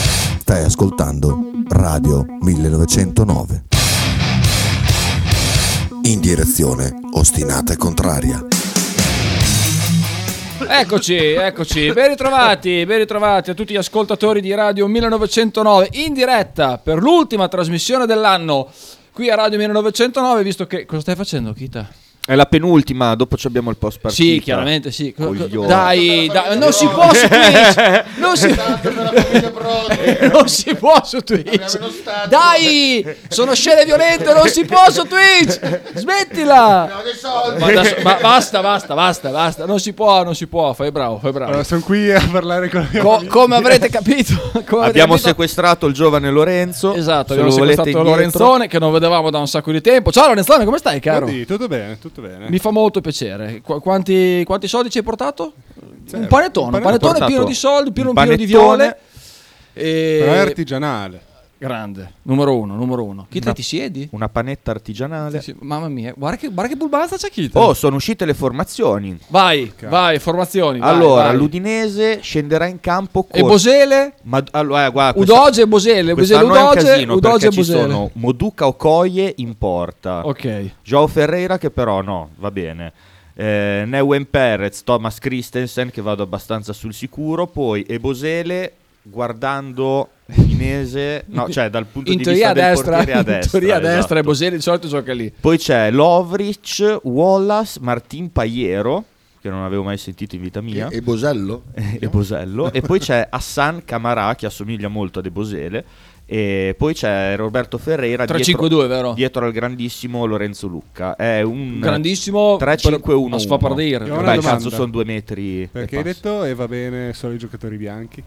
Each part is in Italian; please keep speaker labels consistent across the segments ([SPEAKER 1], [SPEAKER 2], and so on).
[SPEAKER 1] Stai ascoltando Radio 1909. In direzione ostinata e contraria.
[SPEAKER 2] Eccoci, eccoci, ben ritrovati, ben ritrovati a tutti gli ascoltatori di Radio 1909 in diretta per l'ultima trasmissione dell'anno qui a Radio 1909, visto che... Cosa stai facendo, Kita?
[SPEAKER 3] È la penultima, dopo ci abbiamo il post partita.
[SPEAKER 2] Sì, chiaramente sì. Co- co-
[SPEAKER 3] Coglione.
[SPEAKER 2] Dai, dai, non si può su Twitch. Non si, non si può su Twitch. Dai, sono scene violente, non si può su Twitch. Smettila. Ma adesso- ma basta, basta, basta, basta. Non si può, non si può. Fai bravo, fai bravo.
[SPEAKER 4] Allora, sono qui a parlare con la mia
[SPEAKER 2] Co-
[SPEAKER 4] famiglia.
[SPEAKER 2] come avrete capito, come avrete
[SPEAKER 3] Abbiamo
[SPEAKER 2] capito-
[SPEAKER 3] sequestrato il giovane Lorenzo.
[SPEAKER 2] Esatto,
[SPEAKER 3] se
[SPEAKER 2] abbiamo
[SPEAKER 3] lo volete
[SPEAKER 2] sequestrato
[SPEAKER 3] indietro.
[SPEAKER 2] Lorenzone che non vedevamo da un sacco di tempo. Ciao Lorenzone, come stai, caro?
[SPEAKER 4] Oddio, tutto bene, tutto bene.
[SPEAKER 2] Mi fa molto piacere. Qu- quanti, quanti soldi ci hai portato? un
[SPEAKER 4] Zero.
[SPEAKER 2] panettone, un
[SPEAKER 4] Un
[SPEAKER 2] panettone
[SPEAKER 3] panettone.
[SPEAKER 2] pieno di soldi, pieno,
[SPEAKER 3] Un
[SPEAKER 2] pieno di
[SPEAKER 3] panettone.
[SPEAKER 2] viole. E...
[SPEAKER 4] Però è artigianale.
[SPEAKER 2] Grande, numero uno, numero uno. Kita, ti siedi?
[SPEAKER 3] Una panetta artigianale.
[SPEAKER 2] Sì, Mamma mia, guarda che, guarda che bulbanza c'è Kita.
[SPEAKER 3] Oh, sono uscite le formazioni.
[SPEAKER 2] vai, vai, formazioni. vai,
[SPEAKER 3] allora,
[SPEAKER 2] vai.
[SPEAKER 3] l'Udinese scenderà in campo con...
[SPEAKER 2] E Bosele?
[SPEAKER 3] Ma allora, eh, guarda, questa-
[SPEAKER 2] Udoge e Bosele. Bosele
[SPEAKER 3] quest'anno è un
[SPEAKER 2] Udoge,
[SPEAKER 3] casino
[SPEAKER 2] Udoge e
[SPEAKER 3] perché ci
[SPEAKER 2] Bosele.
[SPEAKER 3] sono Moduca Okoye in porta.
[SPEAKER 2] Ok.
[SPEAKER 3] Joao Ferreira che però no, va bene. Eh, Neuen Perez, Thomas Christensen che vado abbastanza sul sicuro, poi Ebosele guardando Inese, no, cioè dal punto
[SPEAKER 2] in
[SPEAKER 3] di
[SPEAKER 2] teoria
[SPEAKER 3] vista
[SPEAKER 2] a
[SPEAKER 3] del
[SPEAKER 2] destra,
[SPEAKER 3] portiere a
[SPEAKER 2] in
[SPEAKER 3] destra.
[SPEAKER 2] teoria a destra
[SPEAKER 3] esatto.
[SPEAKER 2] e Bosele di solito gioca lì.
[SPEAKER 3] Poi c'è Lovric, Wallace, Martin Paiero che non avevo mai sentito in vita mia.
[SPEAKER 1] E Bosello?
[SPEAKER 3] e Bosello e poi c'è Hassan Camarà che assomiglia molto a De Bosele e poi c'è Roberto Ferreira dietro,
[SPEAKER 2] 3-5-2, vero?
[SPEAKER 3] dietro al grandissimo Lorenzo Lucca è un
[SPEAKER 2] Grandissimo
[SPEAKER 3] 3-5-1
[SPEAKER 2] a sfapardire.
[SPEAKER 4] Io ho una
[SPEAKER 3] Vabbè,
[SPEAKER 4] domanda.
[SPEAKER 3] cazzo sono due metri e
[SPEAKER 4] Perché hai
[SPEAKER 3] passa.
[SPEAKER 4] detto e va bene solo i giocatori bianchi.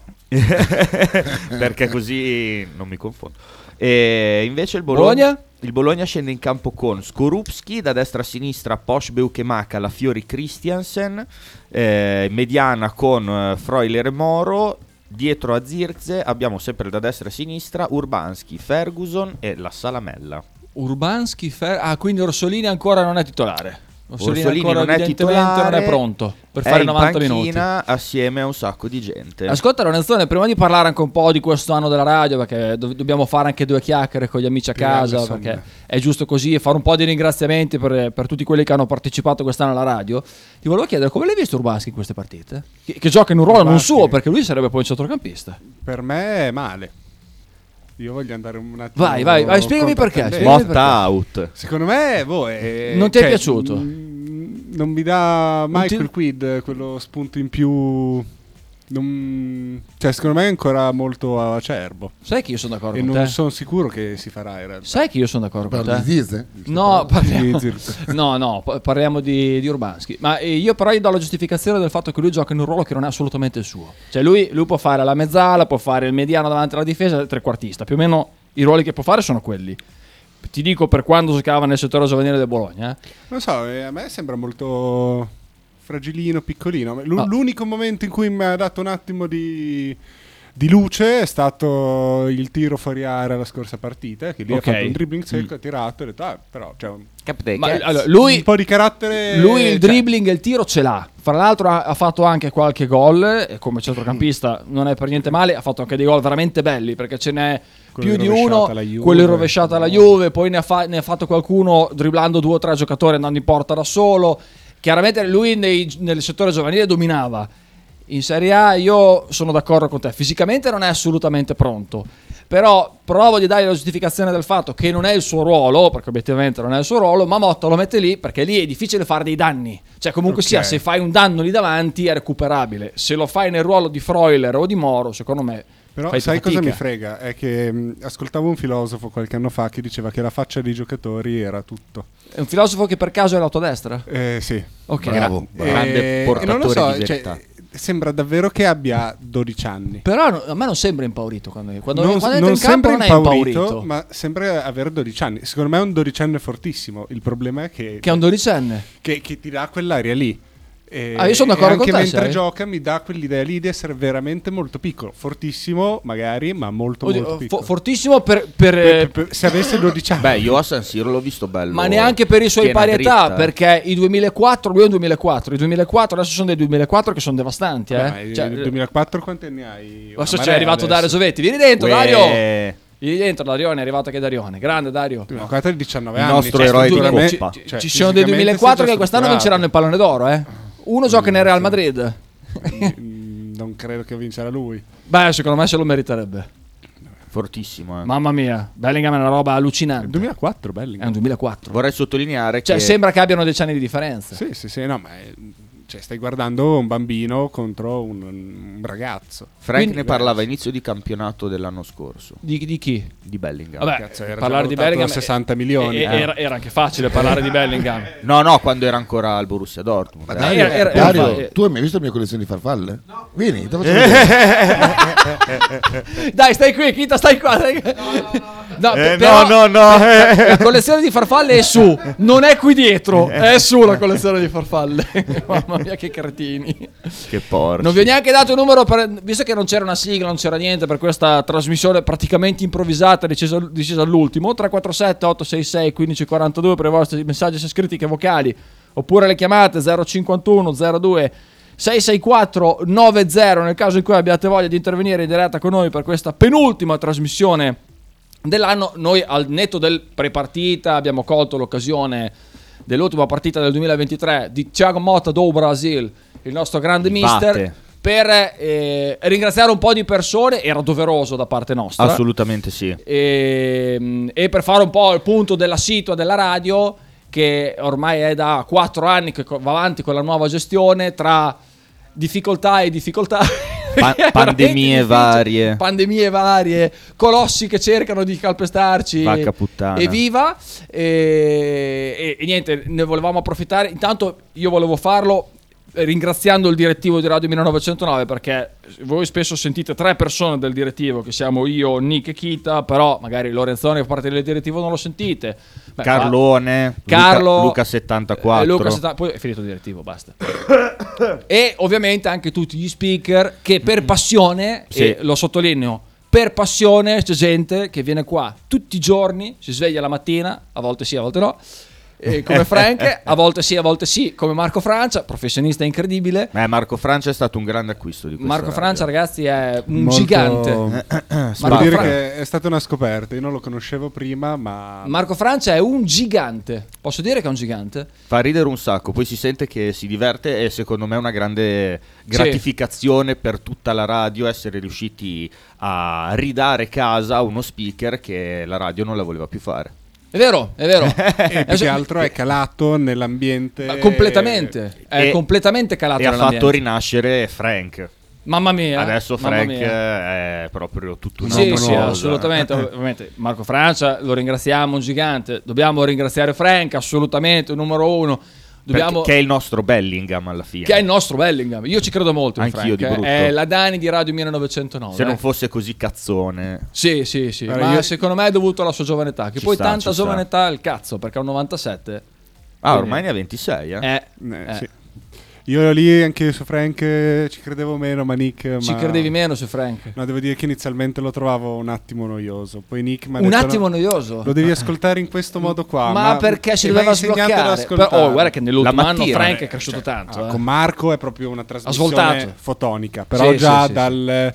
[SPEAKER 3] perché così non mi confondo e invece il Bologna,
[SPEAKER 2] Bologna?
[SPEAKER 3] il Bologna scende in campo con Skorupski da destra a sinistra Posh Beukemaka la Fiori Christiansen eh, mediana con eh, Freuler e Moro dietro a Zirze abbiamo sempre da destra a sinistra Urbanski Ferguson e la Salamella
[SPEAKER 2] Urbanski, Fer- ah, quindi Orsolini ancora non è titolare. Orsolini,
[SPEAKER 3] Orsolini
[SPEAKER 2] ancora
[SPEAKER 3] non è
[SPEAKER 2] evidentemente
[SPEAKER 3] titolare,
[SPEAKER 2] non è pronto per
[SPEAKER 3] è
[SPEAKER 2] fare
[SPEAKER 3] in
[SPEAKER 2] 90 minuti.
[SPEAKER 3] panchina assieme a un sacco di gente
[SPEAKER 2] Ascolta Lorenzo, prima di parlare anche un po' di questo anno della radio, perché do- dobbiamo fare anche due chiacchiere con gli amici a
[SPEAKER 4] Più grande
[SPEAKER 2] casa,
[SPEAKER 4] sonno.
[SPEAKER 2] perché è giusto così, e fare un po' di ringraziamenti per, per tutti quelli che hanno partecipato quest'anno alla radio. Ti volevo chiedere come l'hai visto Urbanski in queste partite? Che, che gioca in un ruolo non
[SPEAKER 4] Urbanski.
[SPEAKER 2] suo, perché lui sarebbe poi un centrocampista.
[SPEAKER 4] Per me è male. Io voglio andare un attimo.
[SPEAKER 2] Vai, vai, vai, spiegami
[SPEAKER 4] contro
[SPEAKER 2] perché,
[SPEAKER 4] tendenza.
[SPEAKER 2] spiegami.
[SPEAKER 3] Botta out
[SPEAKER 4] Secondo me, boh, è-
[SPEAKER 2] Non ti è piaciuto?
[SPEAKER 4] mh, non mi dà mai
[SPEAKER 2] ti-
[SPEAKER 4] quel quid, quello spunto in più. non- Cioè, secondo me è ancora molto acerbo.
[SPEAKER 2] Sai che io sono d'accordo
[SPEAKER 4] E
[SPEAKER 2] con
[SPEAKER 4] non
[SPEAKER 2] te?
[SPEAKER 4] sono sicuro che si farà in realtà.
[SPEAKER 2] Sai che io sono d'accordo con te?
[SPEAKER 5] Parli di Zirze?
[SPEAKER 2] No, parliamo,
[SPEAKER 4] Di Zirze.
[SPEAKER 2] no, no, pa- parliamo di, di Urbanski. Ma eh, io però gli do la giustificazione del fatto che lui gioca in un ruolo che non è assolutamente il suo. Cioè lui, lui può fare la mezzala, può fare il mediano davanti alla difesa, il trequartista. Più o meno i ruoli che può fare sono quelli. Ti dico per quando giocava nel settore giovanile del Bologna. eh.
[SPEAKER 4] Non so, eh, a me sembra molto fragilino, piccolino. L'u-
[SPEAKER 2] Ah.
[SPEAKER 4] L'unico momento in cui mi ha dato un attimo di, di luce è stato il tiro fuori area la scorsa partita, che lì
[SPEAKER 2] Ok.
[SPEAKER 4] ha fatto un dribbling secco, ha tirato e ho detto, ah, però c'è un,
[SPEAKER 2] Ma allora, lui,
[SPEAKER 4] un po' di carattere...
[SPEAKER 2] Lui il
[SPEAKER 4] cioè,
[SPEAKER 2] dribbling e il tiro ce l'ha. Fra l'altro ha, ha fatto anche qualche gol e come centrocampista non è per niente male, ha fatto anche dei gol veramente belli perché ce n'è
[SPEAKER 4] Quello
[SPEAKER 2] più di
[SPEAKER 4] rovesciato
[SPEAKER 2] uno,
[SPEAKER 4] alla Juve,
[SPEAKER 2] quello rovesciato alla
[SPEAKER 4] no.
[SPEAKER 2] Juve, poi ne ha, fa- ne ha fatto qualcuno dribblando due o tre giocatori andando in porta da solo. Chiaramente lui nei- nel settore giovanile dominava. In Serie A io sono d'accordo con te, fisicamente non è assolutamente pronto, però provo di dargli la giustificazione del fatto che non è il suo ruolo, perché obiettivamente non è il suo ruolo, ma Motta lo mette lì perché lì è difficile fare dei danni, cioè comunque
[SPEAKER 4] Ok.
[SPEAKER 2] sia se fai un danno lì davanti è recuperabile, se lo fai nel ruolo di Freuler o di Moro secondo me...
[SPEAKER 4] Però
[SPEAKER 2] fai più
[SPEAKER 4] sai cosa mi
[SPEAKER 2] fatica.
[SPEAKER 4] frega? È che mh, ascoltavo un filosofo qualche anno fa che diceva che la faccia dei giocatori era tutto.
[SPEAKER 2] È un filosofo che per caso è la tua destra?
[SPEAKER 4] Eh, sì.
[SPEAKER 2] Ok.
[SPEAKER 1] Bravo.
[SPEAKER 3] Grande
[SPEAKER 4] Eh,
[SPEAKER 3] portatore
[SPEAKER 4] non lo so,
[SPEAKER 3] di
[SPEAKER 4] cioè,
[SPEAKER 3] verità.
[SPEAKER 4] sembra davvero che abbia 12 anni.
[SPEAKER 2] Però no- a me non sembra impaurito quando, quando,
[SPEAKER 4] non,
[SPEAKER 2] quando
[SPEAKER 4] non
[SPEAKER 2] entra in campo
[SPEAKER 4] sembra
[SPEAKER 2] non è
[SPEAKER 4] impaurito,
[SPEAKER 2] impaurito.
[SPEAKER 4] ma sembra avere 12 anni. Secondo me è un dodicenne fortissimo. Il problema è che,
[SPEAKER 2] Che è un dodicenne.
[SPEAKER 4] che- che ti dà quell'aria lì. E-
[SPEAKER 2] Ah, io sono
[SPEAKER 4] e
[SPEAKER 2] d'accordo con
[SPEAKER 4] anche
[SPEAKER 2] te,
[SPEAKER 4] mentre
[SPEAKER 2] sai.
[SPEAKER 4] gioca mi dà quell'idea lì di essere veramente molto piccolo, fortissimo magari, ma molto
[SPEAKER 2] Oddio,
[SPEAKER 4] molto
[SPEAKER 2] fo-
[SPEAKER 4] piccolo.
[SPEAKER 2] fortissimo per, per-
[SPEAKER 4] Per- per- se avesse 12 anni.
[SPEAKER 3] Beh, io a San Siro l'ho visto bello.
[SPEAKER 2] eh, ma neanche per i suoi
[SPEAKER 3] piena
[SPEAKER 2] pari età,
[SPEAKER 3] dritta. eh.
[SPEAKER 2] perché i 2004, lui è un 2004, i 2004 adesso sono dei 2004 che sono devastanti,
[SPEAKER 4] Vabbè,
[SPEAKER 2] eh.
[SPEAKER 4] ma il
[SPEAKER 2] Cioè,
[SPEAKER 4] 2004 quanti anni
[SPEAKER 2] adesso
[SPEAKER 4] hai? Una
[SPEAKER 2] c'è
[SPEAKER 4] marea
[SPEAKER 2] arrivato Dario
[SPEAKER 4] adesso.
[SPEAKER 2] Sovetti, vieni dentro
[SPEAKER 3] Uè,
[SPEAKER 2] Dario. Vieni dentro Darione, è arrivato anche Darione. Grande Dario.
[SPEAKER 4] Abbiamo giocato ai 19
[SPEAKER 3] Il
[SPEAKER 4] anni.
[SPEAKER 3] nostro
[SPEAKER 4] cioè,
[SPEAKER 3] eroe di
[SPEAKER 4] sicuramente-
[SPEAKER 3] Coppa.
[SPEAKER 4] cioè,
[SPEAKER 2] Ci- ci sono dei
[SPEAKER 4] fisicamente
[SPEAKER 2] 2004
[SPEAKER 4] sei
[SPEAKER 2] che
[SPEAKER 4] già
[SPEAKER 2] quest'anno vinceranno il pallone d'oro, eh. Uno gioca nel Real Madrid.
[SPEAKER 4] strutturato. Mm, Non credo che vincerà lui.
[SPEAKER 2] Beh, secondo me se lo meriterebbe.
[SPEAKER 4] Ah.
[SPEAKER 3] Fortissimo. eh.
[SPEAKER 2] Mamma mia, Bellingham è una roba
[SPEAKER 4] Il
[SPEAKER 2] allucinante.
[SPEAKER 4] 2004, belli.
[SPEAKER 2] È un 2004.
[SPEAKER 3] Vorrei sottolineare
[SPEAKER 2] Cioè,
[SPEAKER 3] che
[SPEAKER 2] sembra che abbiano dieci anni di differenza.
[SPEAKER 4] Sì, sì, sì, no, ma è- cioè, stai guardando un bambino contro un, un ragazzo.
[SPEAKER 3] Frank
[SPEAKER 2] Quindi-
[SPEAKER 3] ne parlava a inizio di campionato dell'anno scorso
[SPEAKER 2] Di, di chi?
[SPEAKER 3] di Bellingham.
[SPEAKER 2] Vabbè,
[SPEAKER 4] Cazzo, era già
[SPEAKER 2] parlare di
[SPEAKER 4] valutato
[SPEAKER 2] Bellingham.
[SPEAKER 4] da 60 milioni,
[SPEAKER 2] e-
[SPEAKER 4] eh.
[SPEAKER 2] Era, era anche facile parlare di Bellingham.
[SPEAKER 3] No, no, quando era ancora al Borussia Dortmund. eh.
[SPEAKER 2] Dario, era- era-
[SPEAKER 5] Dario,
[SPEAKER 2] era-
[SPEAKER 5] tu hai mai visto la mia collezione di farfalle? No. Vieni, te faccio vedere.
[SPEAKER 2] Dai, stai qui, Chita, stai qua. stai- No,
[SPEAKER 3] Eh,
[SPEAKER 2] pe- però
[SPEAKER 3] no, no, no. eh.
[SPEAKER 2] La collezione di farfalle è su, non è qui dietro, è su la collezione di farfalle. Mamma mia, che cretini.
[SPEAKER 3] Che porco.
[SPEAKER 2] Non vi ho neanche dato il numero, per- visto che non c'era una sigla, non c'era niente per questa trasmissione praticamente improvvisata, decisa, decisa all'ultimo. 347-866-1542 per i vostri messaggi sia scritti che vocali, oppure le chiamate 051-02. 664-90 nel caso in cui abbiate voglia di intervenire in diretta con noi per questa penultima trasmissione dell'anno. Noi al netto del prepartita abbiamo colto l'occasione dell'ultima partita del 2023 di Thiago Motta do Brasil, il nostro grande
[SPEAKER 3] Infatti.
[SPEAKER 2] mister, per eh, ringraziare un po' di persone, era doveroso da parte nostra.
[SPEAKER 3] Assolutamente sì.
[SPEAKER 2] Ehm, E, e per fare un po' il punto della situa della radio, che ormai è da 4 anni che co- va avanti con la nuova gestione, tra difficoltà e difficoltà.
[SPEAKER 3] Pa-
[SPEAKER 2] È veramente
[SPEAKER 3] pandemie
[SPEAKER 2] difficile.
[SPEAKER 3] varie.
[SPEAKER 2] Pandemie varie, colossi che cercano di calpestarci.
[SPEAKER 3] Vacca puttana.
[SPEAKER 2] E viva. E, e- e niente, ne volevamo approfittare. Intanto io volevo farlo ringraziando il direttivo di Radio 1909 perché voi spesso sentite tre persone del direttivo che siamo io, Nick e Kita però magari Lorenzoni che fa parte del direttivo non lo sentite Beh,
[SPEAKER 3] Carlone,
[SPEAKER 2] fa- Carlo
[SPEAKER 3] Luca, Luca 74.
[SPEAKER 2] eh, Luca 70 poi è finito il direttivo basta e ovviamente anche tutti gli speaker che per passione,
[SPEAKER 3] Sì.
[SPEAKER 2] e lo sottolineo, per passione c'è gente che viene qua tutti i giorni, si sveglia la mattina, a volte sì, a volte no, eh, come Frank, a volte sì, a volte sì, come Marco Francia, professionista incredibile.
[SPEAKER 3] Eh, Marco Francia è stato un grande acquisto di questa Eh.
[SPEAKER 2] Marco Francia,
[SPEAKER 3] radio.
[SPEAKER 2] ragazzi, è un
[SPEAKER 4] Molto-
[SPEAKER 2] gigante.
[SPEAKER 4] Devo
[SPEAKER 2] Marco
[SPEAKER 4] dire
[SPEAKER 2] Fra-
[SPEAKER 4] che è stata una scoperta, io non lo conoscevo prima, ma...
[SPEAKER 2] Marco Francia è un gigante. Posso dire che è un gigante?
[SPEAKER 3] Fa ridere un sacco, poi si sente che si diverte e secondo me è una grande gratificazione per tutta la radio essere riusciti a ridare casa a uno speaker che la radio non la voleva più fare.
[SPEAKER 2] È vero, è vero. Eh,
[SPEAKER 4] e Eh, più
[SPEAKER 2] Adesso-
[SPEAKER 4] che altro è calato nell'ambiente...
[SPEAKER 2] Ma completamente, è
[SPEAKER 3] Eh, E-
[SPEAKER 2] completamente calato
[SPEAKER 3] e ha
[SPEAKER 2] nell'ambiente.
[SPEAKER 3] fatto rinascere Frank.
[SPEAKER 2] Mamma mia.
[SPEAKER 3] Adesso
[SPEAKER 2] mamma
[SPEAKER 3] Frank
[SPEAKER 2] mia.
[SPEAKER 3] è proprio tutto un
[SPEAKER 2] Sì, sì, assolutamente. Ovviamente Marco Francia lo ringraziamo, un gigante. Dobbiamo ringraziare Frank, assolutamente, numero uno. Dobbiamo-
[SPEAKER 3] Che è il nostro Bellingham alla fine.
[SPEAKER 2] che è il nostro Bellingham. Io ci credo molto. in Frank,
[SPEAKER 3] Anch'io di
[SPEAKER 2] eh.
[SPEAKER 3] brutto.
[SPEAKER 2] È la Dani di Radio 1909.
[SPEAKER 3] Se
[SPEAKER 2] eh.
[SPEAKER 3] non fosse così cazzone.
[SPEAKER 2] Sì, sì, sì.
[SPEAKER 4] Guarda,
[SPEAKER 2] ma
[SPEAKER 4] io-
[SPEAKER 2] secondo me è dovuto alla sua giovane età. Che
[SPEAKER 3] Ci
[SPEAKER 2] poi
[SPEAKER 3] sta,
[SPEAKER 2] tanta
[SPEAKER 3] ci sta.
[SPEAKER 2] giovane età è il cazzo, perché è un 97.
[SPEAKER 3] Ah, ormai ne ha 26, eh.
[SPEAKER 2] Eh,
[SPEAKER 4] Eh,
[SPEAKER 2] eh.
[SPEAKER 4] sì. Io lì anche su Frank eh, ci credevo meno, ma Nick...
[SPEAKER 2] Ci
[SPEAKER 4] ma-
[SPEAKER 2] credevi meno su Frank.
[SPEAKER 4] No, devo dire che inizialmente lo trovavo un attimo noioso. Poi Nick mi ha
[SPEAKER 2] Un
[SPEAKER 4] detto,
[SPEAKER 2] attimo
[SPEAKER 4] "No,
[SPEAKER 2] noioso.
[SPEAKER 4] Lo devi ascoltare in questo modo qua.
[SPEAKER 2] ma, perché si
[SPEAKER 4] e mi ha
[SPEAKER 2] doveva
[SPEAKER 4] insegnato ad
[SPEAKER 2] sbloccare? Però-
[SPEAKER 4] ascoltarlo.
[SPEAKER 2] oh, guarda che nell'ultimo
[SPEAKER 3] La
[SPEAKER 2] anno
[SPEAKER 3] mattina,
[SPEAKER 2] Frank
[SPEAKER 3] eh,
[SPEAKER 2] è cresciuto
[SPEAKER 4] Cioè,
[SPEAKER 2] tanto.
[SPEAKER 4] ah,
[SPEAKER 2] eh.
[SPEAKER 4] Con Marco è proprio una
[SPEAKER 2] svoltato.
[SPEAKER 4] trasmissione fotonica. Però
[SPEAKER 2] Sì, sì,
[SPEAKER 4] già
[SPEAKER 2] sì,
[SPEAKER 4] dal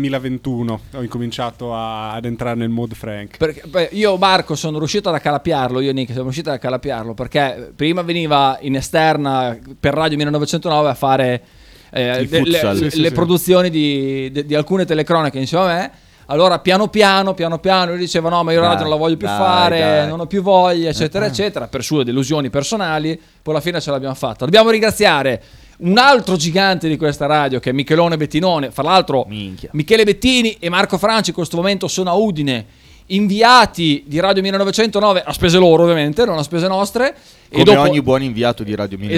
[SPEAKER 4] 2021 ho incominciato a- ad entrare nel mood Frank.
[SPEAKER 2] Perché, beh, io Marco sono riuscito ad accalapiarlo, io e Nick siamo riusciti ad accalapiarlo perché prima veniva in esterna per Radio 1909 a fare eh,
[SPEAKER 3] Il
[SPEAKER 2] de- le,
[SPEAKER 3] futsal.
[SPEAKER 2] le-
[SPEAKER 4] Sì, sì,
[SPEAKER 2] le
[SPEAKER 4] sì.
[SPEAKER 2] produzioni di, de- di alcune telecronache insieme a me. Allora piano piano, piano piano, lui diceva no ma io la
[SPEAKER 3] Dai,
[SPEAKER 2] radio non la voglio più
[SPEAKER 3] dai,
[SPEAKER 2] fare,
[SPEAKER 3] dai.
[SPEAKER 2] non ho più voglia,
[SPEAKER 3] Eh,
[SPEAKER 2] eccetera, eccetera, per sue delusioni personali, poi alla fine ce l'abbiamo fatta. Dobbiamo ringraziare un altro gigante di questa radio che è Michelone Bettinone, fra l'altro
[SPEAKER 3] Minchia.
[SPEAKER 2] Michele Bettini e Marco Franci in questo momento sono a Udine, inviati di Radio 1909 a spese loro ovviamente, non a spese nostre.
[SPEAKER 3] Come ogni buon inviato di Radio 1909.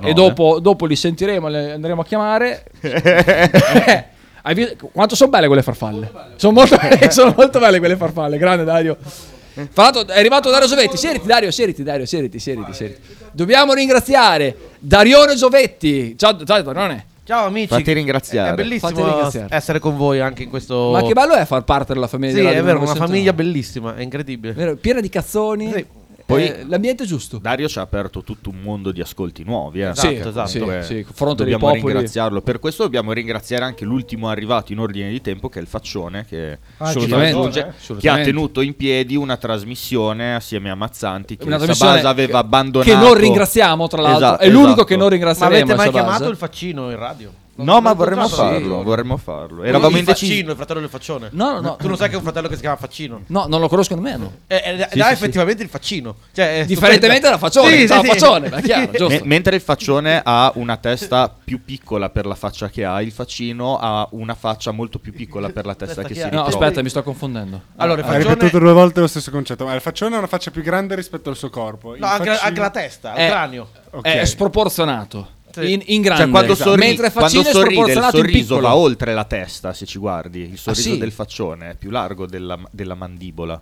[SPEAKER 2] Esatto, e dopo, dopo li sentiremo, li andremo a chiamare. Eh, Hai visto- Quanto sono belle quelle farfalle? Sono molto, sono molto belle quelle farfalle, grande Dario. Fra l'altro è arrivato Dario Giovetti. Siediti Dario, siediti Dario, siediti, siediti, siediti. Dobbiamo ringraziare Darione Giovetti. Ciao, ciao Darione.
[SPEAKER 6] Ciao amici.
[SPEAKER 3] Fate ringraziare.
[SPEAKER 6] È
[SPEAKER 2] Fate
[SPEAKER 6] bellissimo
[SPEAKER 2] ringraziare.
[SPEAKER 6] essere con voi anche in questo
[SPEAKER 2] Ma che bello è far parte della famiglia.
[SPEAKER 6] Oh. Sì,
[SPEAKER 2] della
[SPEAKER 6] è
[SPEAKER 2] Radio
[SPEAKER 6] vero, una
[SPEAKER 2] 1909.
[SPEAKER 6] famiglia bellissima, è incredibile.
[SPEAKER 2] Vero, piena di cazzoni.
[SPEAKER 6] Sì.
[SPEAKER 3] Poi-
[SPEAKER 2] Eh, l'ambiente è giusto.
[SPEAKER 3] Dario ci ha aperto tutto un mondo di ascolti nuovi. Eh.
[SPEAKER 6] Esatto,
[SPEAKER 2] sì,
[SPEAKER 6] esatto.
[SPEAKER 2] sì,
[SPEAKER 3] Beh,
[SPEAKER 2] sì, confronto dei
[SPEAKER 3] dobbiamo
[SPEAKER 2] popoli.
[SPEAKER 3] ringraziarlo. Per questo dobbiamo ringraziare anche l'ultimo arrivato in ordine di tempo, che è il Faccione, che, ci
[SPEAKER 2] assolutamente,
[SPEAKER 3] raggiunge,
[SPEAKER 2] eh,
[SPEAKER 3] che ha
[SPEAKER 2] assolutamente.
[SPEAKER 3] tenuto in piedi una trasmissione assieme a Mazzanti che
[SPEAKER 2] Una trasmissione
[SPEAKER 3] Sabasa aveva
[SPEAKER 2] che-
[SPEAKER 3] abbandonato.
[SPEAKER 2] Che non ringraziamo, tra l'altro.
[SPEAKER 3] Esatto,
[SPEAKER 2] è l'unico
[SPEAKER 3] esatto.
[SPEAKER 2] che non
[SPEAKER 6] Ma
[SPEAKER 2] ringraziamo.
[SPEAKER 6] avete mai chiamato il faccino in radio?
[SPEAKER 3] No, ma vorremmo
[SPEAKER 2] contratto?
[SPEAKER 3] farlo,
[SPEAKER 2] Sì.
[SPEAKER 3] vorremmo farlo.
[SPEAKER 6] Eravamo
[SPEAKER 3] Eravamo
[SPEAKER 6] il
[SPEAKER 3] indecisi.
[SPEAKER 6] faccino, il fratello del faccione.
[SPEAKER 2] No, no, no.
[SPEAKER 6] Tu non sai che è un fratello che si chiama Faccino.
[SPEAKER 2] No, non lo conosco nemmeno. Eh,
[SPEAKER 6] Eh, eh,
[SPEAKER 3] Sì,
[SPEAKER 6] dai,
[SPEAKER 3] sì,
[SPEAKER 6] effettivamente il faccino. Cioè, è
[SPEAKER 2] Differentemente
[SPEAKER 6] stupendo.
[SPEAKER 2] dalla faccione,
[SPEAKER 6] Sì,
[SPEAKER 2] che c'ha
[SPEAKER 6] sì,
[SPEAKER 2] la
[SPEAKER 6] sì.
[SPEAKER 2] faccione, ma è chiaro,
[SPEAKER 6] Sì.
[SPEAKER 2] giusto.
[SPEAKER 3] Me- mentre il faccione ha una testa più piccola per la faccia che ha, il faccino ha una faccia molto più piccola per la testa
[SPEAKER 6] Testa
[SPEAKER 3] che
[SPEAKER 6] che
[SPEAKER 3] si
[SPEAKER 6] ha.
[SPEAKER 2] No,
[SPEAKER 3] ritrova.
[SPEAKER 2] aspetta, mi sto confondendo.
[SPEAKER 6] Allora, il
[SPEAKER 4] Ha
[SPEAKER 6] faccione
[SPEAKER 4] ripetuto due volte lo stesso concetto. Ma il faccione ha una faccia più grande rispetto al suo corpo. Il
[SPEAKER 6] No, anche,
[SPEAKER 4] faccino-
[SPEAKER 6] anche la testa,
[SPEAKER 2] Eh.
[SPEAKER 6] il cranio.
[SPEAKER 4] Ok.
[SPEAKER 2] È sproporzionato.
[SPEAKER 6] Sì.
[SPEAKER 2] In, in grande. esatto. diciamo.
[SPEAKER 3] Cioè, quando, sorri-
[SPEAKER 2] Mentre
[SPEAKER 3] quando
[SPEAKER 2] faccino è
[SPEAKER 3] sorride il
[SPEAKER 2] sproporzionato in
[SPEAKER 3] sorriso
[SPEAKER 2] piccolo. Ah,
[SPEAKER 3] va oltre la testa, se ci guardi. Il sorriso
[SPEAKER 2] sì?
[SPEAKER 3] del faccione è più largo della, della mandibola.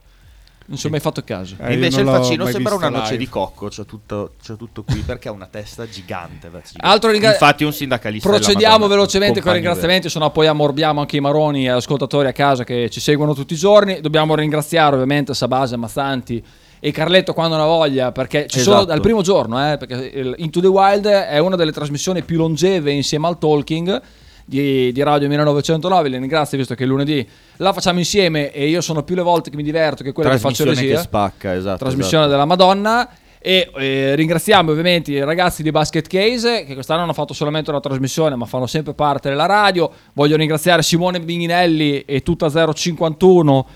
[SPEAKER 2] Non ci ho mai fatto caso.
[SPEAKER 4] Eh,
[SPEAKER 3] E
[SPEAKER 4] io
[SPEAKER 3] invece il
[SPEAKER 4] non l'ho
[SPEAKER 3] faccino
[SPEAKER 4] mai
[SPEAKER 3] sembra una
[SPEAKER 4] visto
[SPEAKER 3] noce
[SPEAKER 4] live.
[SPEAKER 3] di cocco, c'è tutto, c'è tutto qui perché ha una testa gigante. faccino.
[SPEAKER 2] Altro ringra-
[SPEAKER 3] Infatti è un sindacalista. della
[SPEAKER 2] Procediamo
[SPEAKER 3] Madonna,
[SPEAKER 2] velocemente con i
[SPEAKER 3] compagno vero.
[SPEAKER 2] ringraziamenti, sennò poi ammorbiamo anche i maroni e ascoltatori a casa che ci seguono tutti i giorni. Dobbiamo ringraziare ovviamente Sabasa, Mazzanti e Carletto quando hanno voglia, perché ci sono
[SPEAKER 3] Esatto.
[SPEAKER 2] dal primo giorno, eh, perché il Into the Wild è una delle trasmissioni più longeve insieme al Talking. Di, di Radio 1909 le ringrazio visto che lunedì la facciamo insieme e io sono più le volte che mi diverto che quella che faccio
[SPEAKER 3] Trasmissione
[SPEAKER 2] regia
[SPEAKER 3] che spacca, esatto.
[SPEAKER 2] trasmissione
[SPEAKER 3] esatto.
[SPEAKER 2] della Madonna. E eh, ringraziamo ovviamente i ragazzi di Basket Case che quest'anno hanno fatto solamente una trasmissione, ma fanno sempre parte della radio. Voglio ringraziare Simone Bigninelli e tutta 051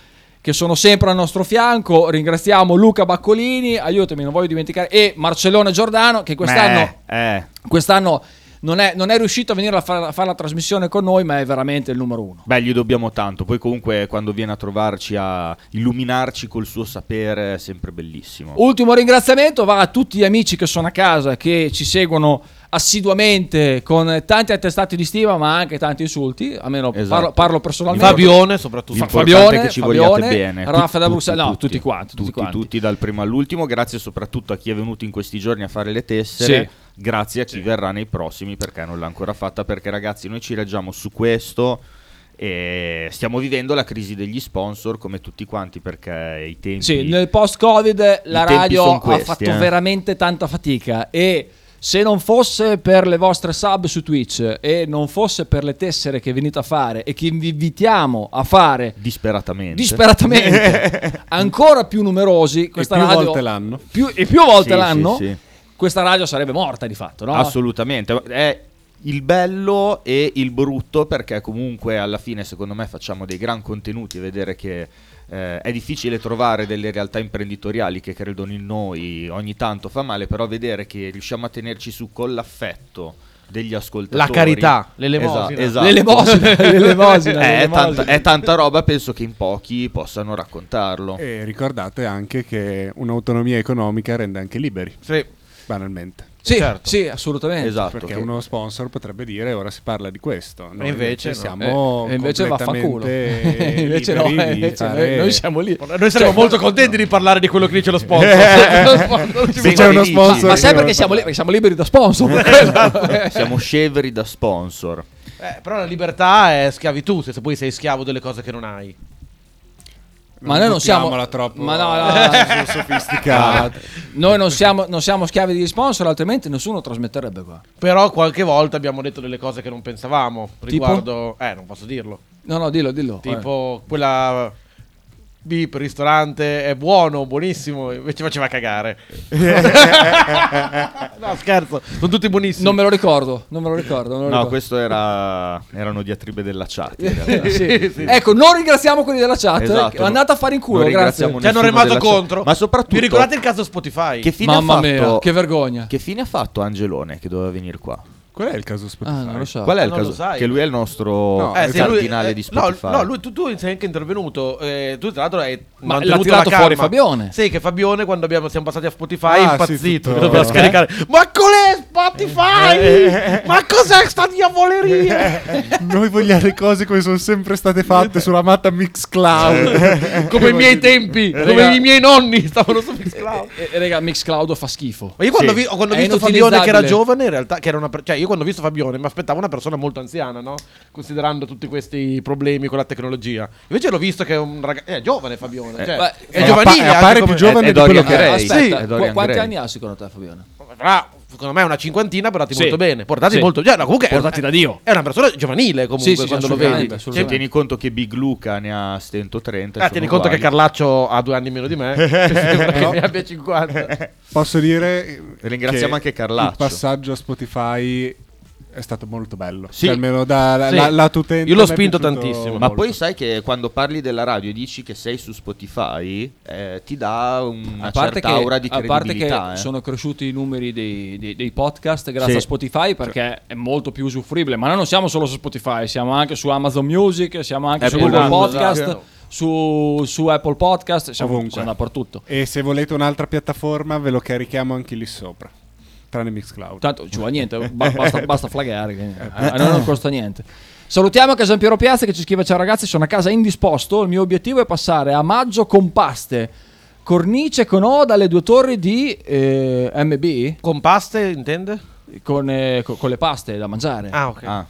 [SPEAKER 2] che sono sempre al nostro fianco. Ringraziamo Luca Baccolini, aiutami, non voglio dimenticare, e Marcellone Giordano che quest'anno
[SPEAKER 3] Beh, eh.
[SPEAKER 2] quest'anno non è, non è riuscito a venire a fare, a fare la trasmissione con noi, ma è veramente il numero uno.
[SPEAKER 3] Beh, gli dobbiamo tanto. Poi, comunque, quando viene a trovarci a illuminarci col suo sapere, è sempre bellissimo.
[SPEAKER 2] Ultimo ringraziamento va a tutti gli amici che sono a casa, che ci seguono assiduamente con tanti attestati di stima, ma anche tanti insulti. Almeno
[SPEAKER 3] Esatto.
[SPEAKER 2] parlo, parlo personalmente.
[SPEAKER 6] Fabione, soprattutto.
[SPEAKER 2] Fa-
[SPEAKER 3] L'importante
[SPEAKER 2] Fabione,
[SPEAKER 3] è che ci vogliate
[SPEAKER 2] Fabione,
[SPEAKER 3] bene.
[SPEAKER 2] Raffa
[SPEAKER 3] Tut-
[SPEAKER 2] da Bruxelles- no, tutti quanti, tutti
[SPEAKER 3] Tutti,
[SPEAKER 2] quanti.
[SPEAKER 3] tutti dal primo all'ultimo. Grazie soprattutto a chi è venuto in questi giorni a fare le tessere. Grazie a chi verrà nei prossimi perché non l'ha ancora fatta. Perché, ragazzi, noi ci reggiamo su questo. E stiamo vivendo la crisi degli sponsor come tutti quanti perché i tempi
[SPEAKER 2] Sì, nel post-Covid la
[SPEAKER 3] I tempi son
[SPEAKER 2] radio
[SPEAKER 3] questi,
[SPEAKER 2] ha fatto
[SPEAKER 3] eh.
[SPEAKER 2] veramente tanta fatica e se non fosse per le vostre sub su Twitch e non fosse per le tessere che venite a fare e che vi invitiamo a fare
[SPEAKER 3] disperatamente
[SPEAKER 2] disperatamente ancora più numerosi questa
[SPEAKER 4] più
[SPEAKER 2] radio
[SPEAKER 4] volte l'anno.
[SPEAKER 2] più- e più volte
[SPEAKER 3] Sì,
[SPEAKER 2] l'anno
[SPEAKER 3] sì, sì.
[SPEAKER 2] questa radio sarebbe morta di fatto no?
[SPEAKER 3] Assolutamente. È il bello e il brutto perché comunque alla fine secondo me facciamo dei gran contenuti e vedere che eh, è difficile trovare delle realtà imprenditoriali che credono in noi, ogni tanto fa male, però vedere che riusciamo a tenerci su con l'affetto degli ascoltatori.
[SPEAKER 6] La carità, l'elemosina.
[SPEAKER 3] Esa- esatto.
[SPEAKER 2] l'elemosina, l'elemosina,
[SPEAKER 3] Eh, è,
[SPEAKER 2] l'elemosina.
[SPEAKER 3] tanta, è tanta roba, penso che in pochi possano raccontarlo.
[SPEAKER 4] E ricordate anche che un'autonomia economica rende anche liberi,
[SPEAKER 6] Sì.
[SPEAKER 4] banalmente.
[SPEAKER 2] sì,
[SPEAKER 6] certo.
[SPEAKER 2] sì assolutamente
[SPEAKER 3] esatto.
[SPEAKER 4] Perché
[SPEAKER 3] che-
[SPEAKER 4] uno sponsor potrebbe dire ora si parla di questo. Noi
[SPEAKER 6] invece no.
[SPEAKER 4] siamo
[SPEAKER 2] Eh, e invece va a fa culo
[SPEAKER 4] Oh, completamente
[SPEAKER 2] invece no eh,
[SPEAKER 4] liberi di
[SPEAKER 2] invece
[SPEAKER 4] fare-
[SPEAKER 2] noi, noi siamo lì Cioè,
[SPEAKER 6] Noi saremmo molto contenti di parlare di quello che dice lo sponsor.
[SPEAKER 4] Eh, Se c'è uno sponsor
[SPEAKER 2] ma sai
[SPEAKER 4] che
[SPEAKER 2] perché
[SPEAKER 4] vuole
[SPEAKER 2] siamo, li- perché siamo liberi da sponsor Esatto. per quello.
[SPEAKER 3] Siamo scevri da sponsor.
[SPEAKER 6] Eh, però la libertà è schiavitù, se poi sei schiavo delle cose che non hai.
[SPEAKER 2] ma noi non siamo
[SPEAKER 4] buttiamola troppo Eh,
[SPEAKER 2] ma no, no, no.
[SPEAKER 4] sofisticata.
[SPEAKER 2] noi non siamo, non siamo schiavi degli sponsor altrimenti nessuno trasmetterebbe qua
[SPEAKER 6] Però qualche volta abbiamo detto delle cose che non pensavamo
[SPEAKER 2] Tipo? Eh.
[SPEAKER 6] riguardo... Eh, non posso dirlo.
[SPEAKER 2] no no dillo dillo
[SPEAKER 6] Tipo quella beep ristorante è buono, buonissimo, invece faceva cagare. no, scherzo, sono tutti buonissimi.
[SPEAKER 2] Non me lo ricordo, non me lo ricordo. non me lo
[SPEAKER 3] No,
[SPEAKER 2] ricordo.
[SPEAKER 3] questo era erano diatribe della chat. in realtà.
[SPEAKER 2] Sì. Ecco, non ringraziamo quelli della chat.
[SPEAKER 3] Esatto,
[SPEAKER 2] eh, Andate a fare in culo,
[SPEAKER 3] non
[SPEAKER 2] grazie.
[SPEAKER 3] ringraziamo
[SPEAKER 6] Ci hanno
[SPEAKER 3] nessuno
[SPEAKER 6] remato
[SPEAKER 3] della chat.
[SPEAKER 6] contro.
[SPEAKER 3] Ma soprattutto
[SPEAKER 6] Vi ricordate il caso Spotify?
[SPEAKER 3] che fine
[SPEAKER 2] Mamma
[SPEAKER 3] ha fatto
[SPEAKER 2] mia, che vergogna.
[SPEAKER 3] Che fine ha fatto Angelone che doveva venire qua?
[SPEAKER 4] Qual è il caso Spotify?
[SPEAKER 2] Ah, non lo so.
[SPEAKER 3] Qual è il
[SPEAKER 6] non lo
[SPEAKER 3] caso?
[SPEAKER 6] sai.
[SPEAKER 3] Che lui è il nostro
[SPEAKER 4] No,
[SPEAKER 6] Eh, se lui-
[SPEAKER 3] cardinale
[SPEAKER 6] eh,
[SPEAKER 3] di Spotify.
[SPEAKER 6] No, no, lui, tu, tu sei anche intervenuto. eh, tu, tra l'altro, hai
[SPEAKER 2] Ma
[SPEAKER 6] mantenuto
[SPEAKER 2] l'ha tirato
[SPEAKER 6] la calma.
[SPEAKER 2] fuori Fabione.
[SPEAKER 6] Sì, che Fabione, quando abbiamo- siamo passati a Spotify,
[SPEAKER 4] Ah,
[SPEAKER 6] è
[SPEAKER 4] sì,
[SPEAKER 6] impazzito.
[SPEAKER 4] tutto-
[SPEAKER 6] che doveva
[SPEAKER 4] eh?
[SPEAKER 6] scaricare. Ma qual è Spotify! Ma cos'è sta diavoleria?
[SPEAKER 4] Noi vogliamo le cose come sono sempre state fatte sulla matta
[SPEAKER 3] Eh,
[SPEAKER 4] Mixcloud.
[SPEAKER 6] Come i miei tempi,
[SPEAKER 2] Raga.
[SPEAKER 6] come i miei nonni stavano su Mixcloud.
[SPEAKER 2] Eh, eh, raga, Mixcloud fa schifo.
[SPEAKER 6] Ma io quando,
[SPEAKER 3] Sì.
[SPEAKER 6] vi- quando ho
[SPEAKER 2] È
[SPEAKER 6] visto Fabione che era
[SPEAKER 2] inutilizzabile.
[SPEAKER 6] giovane, in realtà, che era una per- cioè io quando ho visto Fabione mi aspettavo una persona molto anziana, no? Considerando tutti questi problemi con la tecnologia. Invece l'ho visto che è un ragazzo... È giovane Fabione, cioè,
[SPEAKER 2] ma-
[SPEAKER 6] è
[SPEAKER 2] eh,
[SPEAKER 6] giovanile.
[SPEAKER 4] appa- appare
[SPEAKER 6] anche
[SPEAKER 4] più
[SPEAKER 6] come-
[SPEAKER 4] giovane
[SPEAKER 3] è
[SPEAKER 4] di quello
[SPEAKER 3] Dorian
[SPEAKER 4] che
[SPEAKER 2] Eh,
[SPEAKER 3] Gray.
[SPEAKER 2] aspetta,
[SPEAKER 3] Sì, è
[SPEAKER 2] qu-
[SPEAKER 3] Dorian
[SPEAKER 2] quanti
[SPEAKER 3] Gray.
[SPEAKER 2] anni ha secondo te Fabione?
[SPEAKER 6] Avrà, Eh, secondo me, una cinquantina, portati
[SPEAKER 2] Sì.
[SPEAKER 6] molto bene. Portati
[SPEAKER 2] Sì.
[SPEAKER 6] molto... Cioè, no, comunque è-
[SPEAKER 2] Portati da Dio.
[SPEAKER 6] È una persona giovanile comunque
[SPEAKER 2] Sì, sì, sì,
[SPEAKER 6] quando lo
[SPEAKER 2] assolutamente,
[SPEAKER 6] vedi.
[SPEAKER 3] Se
[SPEAKER 2] assolutamente.
[SPEAKER 3] tieni conto che Big Luca ne ha 130.
[SPEAKER 6] Ah, tieni conto che Carlaccio ha due anni meno di me. sembra che ne abbia 50.
[SPEAKER 4] Posso dire.
[SPEAKER 3] Ringraziamo
[SPEAKER 4] che
[SPEAKER 3] anche Carlaccio.
[SPEAKER 4] Il passaggio a Spotify è stato molto bello.
[SPEAKER 3] Sì.
[SPEAKER 4] Cioè, almeno da la,
[SPEAKER 6] Sì.
[SPEAKER 4] la- lato utente
[SPEAKER 6] Io l'ho
[SPEAKER 4] mi è
[SPEAKER 6] spinto
[SPEAKER 4] piaciuto
[SPEAKER 6] tantissimo.
[SPEAKER 3] Ma
[SPEAKER 4] molto.
[SPEAKER 3] poi sai che quando parli della radio e dici che sei su Spotify, eh, ti dà una
[SPEAKER 2] a parte che,
[SPEAKER 3] certa aura di
[SPEAKER 2] a parte
[SPEAKER 3] credibilità.
[SPEAKER 2] che
[SPEAKER 3] eh.
[SPEAKER 2] sono cresciuti i numeri dei, dei- dei podcast grazie
[SPEAKER 3] Sì.
[SPEAKER 2] a Spotify perché è molto più usufruibile. Ma noi non siamo solo su Spotify, siamo anche su Amazon Music, siamo anche su
[SPEAKER 3] Apple
[SPEAKER 2] Google
[SPEAKER 3] Podcast.
[SPEAKER 2] Podcast, su, su Apple Podcast, siamo,
[SPEAKER 4] Ovunque.
[SPEAKER 2] siamo dappertutto.
[SPEAKER 4] E se volete un'altra piattaforma, ve lo carichiamo anche lì sopra. Tranne Mixcloud.
[SPEAKER 2] Tanto ci vuole niente, ba- basta, basta flaggare, che a- a noi non costa niente. Salutiamo Casampiero Piazza che ci scrive ciao ragazzi, sono a casa indisposto, il mio obiettivo è passare a maggio con paste, cornice con oda alle due torri di eh, MB
[SPEAKER 6] Con paste, intende?
[SPEAKER 2] con, eh, co- con le paste da mangiare.
[SPEAKER 6] Ah, ok.
[SPEAKER 3] Ah,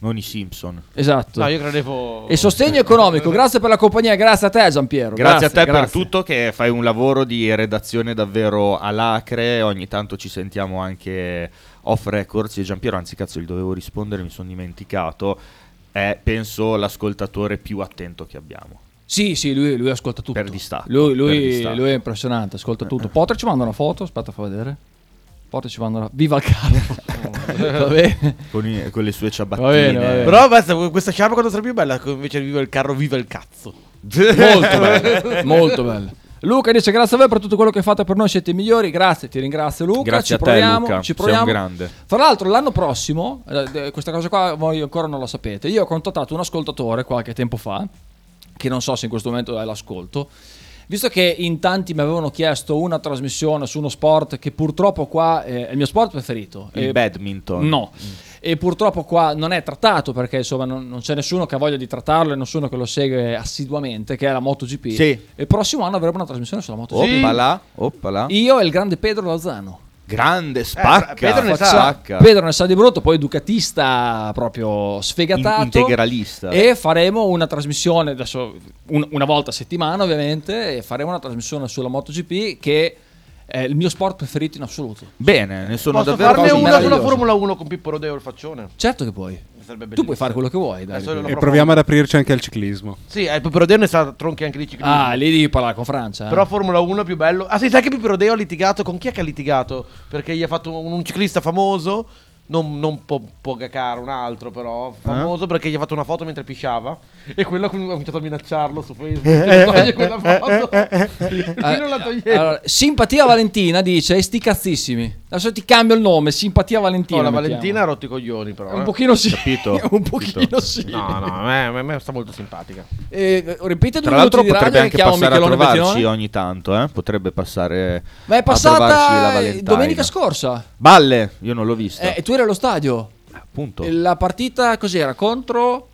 [SPEAKER 3] non i Simpson.
[SPEAKER 2] Esatto.
[SPEAKER 6] No, io credevo...
[SPEAKER 2] E sostegno economico, grazie per la compagnia, grazie a te Giampiero.
[SPEAKER 3] Grazie, a te per
[SPEAKER 2] grazie.
[SPEAKER 3] tutto che fai un lavoro di redazione davvero alacre. Ogni tanto ci sentiamo anche off records e Giampiero, anzi cazzo, gli dovevo rispondere, mi sono dimenticato. È penso l'ascoltatore più attento che abbiamo.
[SPEAKER 2] Sì, sì, lui, lui ascolta tutto.
[SPEAKER 3] Per distacco,
[SPEAKER 2] Lui, lui-
[SPEAKER 3] per distacco. Eh,
[SPEAKER 2] lui è impressionante, ascolta tutto. Potter ci manda una foto, aspetta, fa vedere. Potter ci manda una... Viva il Carlo! va bene.
[SPEAKER 3] Con, i- con le sue ciabattine.
[SPEAKER 2] Va bene, va bene.
[SPEAKER 6] Però basta, questa sciarpa quando sarà più bella, invece viva il carro, viva il cazzo.
[SPEAKER 2] Molto bello, molto bello. Luca dice grazie a voi per tutto quello che fate per noi, siete i migliori, grazie, ti ringrazio Luca,
[SPEAKER 3] Grazie
[SPEAKER 2] ci
[SPEAKER 3] a te,
[SPEAKER 2] proviamo,
[SPEAKER 3] Luca,
[SPEAKER 2] ci
[SPEAKER 3] sei un
[SPEAKER 2] proviamo.
[SPEAKER 3] grande.
[SPEAKER 2] Fra l'altro l'anno prossimo, eh, eh, questa cosa qua voi ancora non la sapete, io ho contattato un ascoltatore qualche tempo fa, che non so se in questo momento è l'ascolto, visto che in tanti mi avevano chiesto una trasmissione su uno sport che purtroppo qua eh, è il mio sport preferito.
[SPEAKER 3] Il
[SPEAKER 2] Eh,
[SPEAKER 3] badminton.
[SPEAKER 2] No. E purtroppo qua non è trattato perché insomma non, non c'è nessuno che ha voglia di trattarlo e nessuno che lo segue assiduamente, che è la MotoGP.
[SPEAKER 3] Sì.
[SPEAKER 2] E prossimo anno avremo una trasmissione sulla MotoGP.
[SPEAKER 3] Oppala, oppala.
[SPEAKER 2] Io e il grande Pedro Lazzano.
[SPEAKER 3] Grande spacca.
[SPEAKER 6] Eh, Pedro ne sa.
[SPEAKER 3] spacca.
[SPEAKER 2] Pedro ne sa di brutto, poi ducatista proprio sfegatato.
[SPEAKER 3] In- integralista.
[SPEAKER 2] E faremo una trasmissione, adesso un- una volta a settimana ovviamente, e faremo una trasmissione sulla MotoGP che è il mio sport preferito in assoluto.
[SPEAKER 3] Bene, ne sono
[SPEAKER 6] Posso
[SPEAKER 3] davvero
[SPEAKER 6] farne
[SPEAKER 2] cose
[SPEAKER 6] una sulla
[SPEAKER 2] meravigliose.
[SPEAKER 6] Formula 1 con Pippo Rodeo e il faccione?
[SPEAKER 2] Certo che puoi.
[SPEAKER 6] Sarebbe
[SPEAKER 2] Tu
[SPEAKER 6] bellissimo.
[SPEAKER 2] puoi fare quello che vuoi. dai.
[SPEAKER 6] Adesso lo
[SPEAKER 4] E
[SPEAKER 6] propongo.
[SPEAKER 4] proviamo ad aprirci anche al ciclismo.
[SPEAKER 6] Sì, eh, Pippo Rodeo ne sa tronchi anche di ciclismo.
[SPEAKER 2] Ah, lì devi parlare con Francia. eh.
[SPEAKER 6] Però Formula 1 è più bello. Ah sì, sai che Pippo Rodeo ha litigato con chi è che ha litigato? Perché gli ha fatto un, un ciclista famoso, non, non po- Pogacar, un altro però,
[SPEAKER 2] Eh?
[SPEAKER 6] famoso perché gli ha fatto una foto mentre pisciava e quello ha cominciato a minacciarlo su Facebook.
[SPEAKER 2] Eh,
[SPEAKER 6] "Se non toglie quella foto. Lui non la toglieva.
[SPEAKER 2] Allora, Simpatia Valentina dice: "E Sti cazzissimi. Adesso ti cambio il nome. Simpatia Valentina.
[SPEAKER 6] Oh, la
[SPEAKER 2] mettiamo.
[SPEAKER 6] Valentina ha rotto i coglioni però.
[SPEAKER 2] Un
[SPEAKER 6] eh.
[SPEAKER 2] pochino sì.
[SPEAKER 3] Capito,
[SPEAKER 2] un pochino
[SPEAKER 3] capito.
[SPEAKER 2] sì.
[SPEAKER 6] No, no, a me, a me sta molto simpatica.
[SPEAKER 2] Eh, ripete due
[SPEAKER 3] Tra l'altro
[SPEAKER 2] minuti di
[SPEAKER 3] potrebbe
[SPEAKER 2] radio e
[SPEAKER 3] anche
[SPEAKER 2] chiamo
[SPEAKER 3] passare a
[SPEAKER 2] Michelone
[SPEAKER 3] trovarci
[SPEAKER 2] Bettinone.
[SPEAKER 3] ogni tanto, eh? Potrebbe passare
[SPEAKER 2] Ma è
[SPEAKER 3] a trovarci la
[SPEAKER 2] passata eh,
[SPEAKER 3] Valentina.
[SPEAKER 2] domenica scorsa.
[SPEAKER 3] Balle, io non l'ho vista.
[SPEAKER 2] Eh, e tu eri allo stadio.
[SPEAKER 3] Appunto.
[SPEAKER 2] La partita cos'era? Contro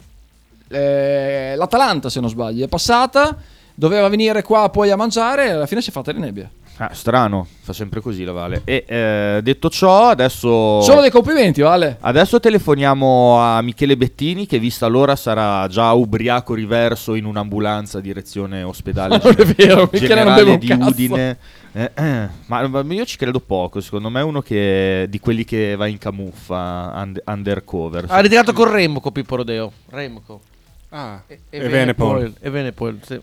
[SPEAKER 2] eh, l'Atalanta, se non sbaglio. È passata. Doveva venire qua poi a mangiare. E alla fine si è fatta le nebbie.
[SPEAKER 3] Ah, strano, fa sempre così la Vale. E eh, detto ciò, adesso
[SPEAKER 2] Solo dei complimenti, Vale.
[SPEAKER 3] Adesso telefoniamo a Michele Bettini che vista l'ora sarà già ubriaco riverso in un'ambulanza direzione ospedale.
[SPEAKER 2] Non è vero, Michele non
[SPEAKER 3] generale
[SPEAKER 2] beve un
[SPEAKER 3] di
[SPEAKER 2] cazzo.
[SPEAKER 3] Udine. Eh, eh, ma, ma io ci credo poco, secondo me è uno che, di quelli che va in camuffa und- undercover.
[SPEAKER 6] Ha litigato con Remco Pippo Rodeo. Remco.
[SPEAKER 4] Ah, e,
[SPEAKER 6] Venepol.
[SPEAKER 4] Venepol.
[SPEAKER 6] E Venepol, sì.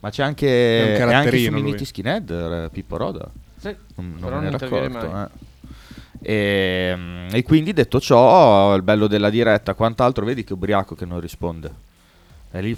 [SPEAKER 3] Ma c'è
[SPEAKER 4] È un
[SPEAKER 3] anche, è anche su
[SPEAKER 4] caratterino
[SPEAKER 3] Miniti
[SPEAKER 4] lui.
[SPEAKER 3] Skinhead, eh, Pippo Roda.
[SPEAKER 6] Sì,
[SPEAKER 3] Non, non
[SPEAKER 6] però
[SPEAKER 3] me
[SPEAKER 6] non
[SPEAKER 3] ne ero
[SPEAKER 6] interviene
[SPEAKER 3] accorto,
[SPEAKER 6] mai.
[SPEAKER 3] eh. Ehm, E, e quindi detto ciò, il bello della diretta, quant'altro, vedi che ubriaco che non risponde. È lì.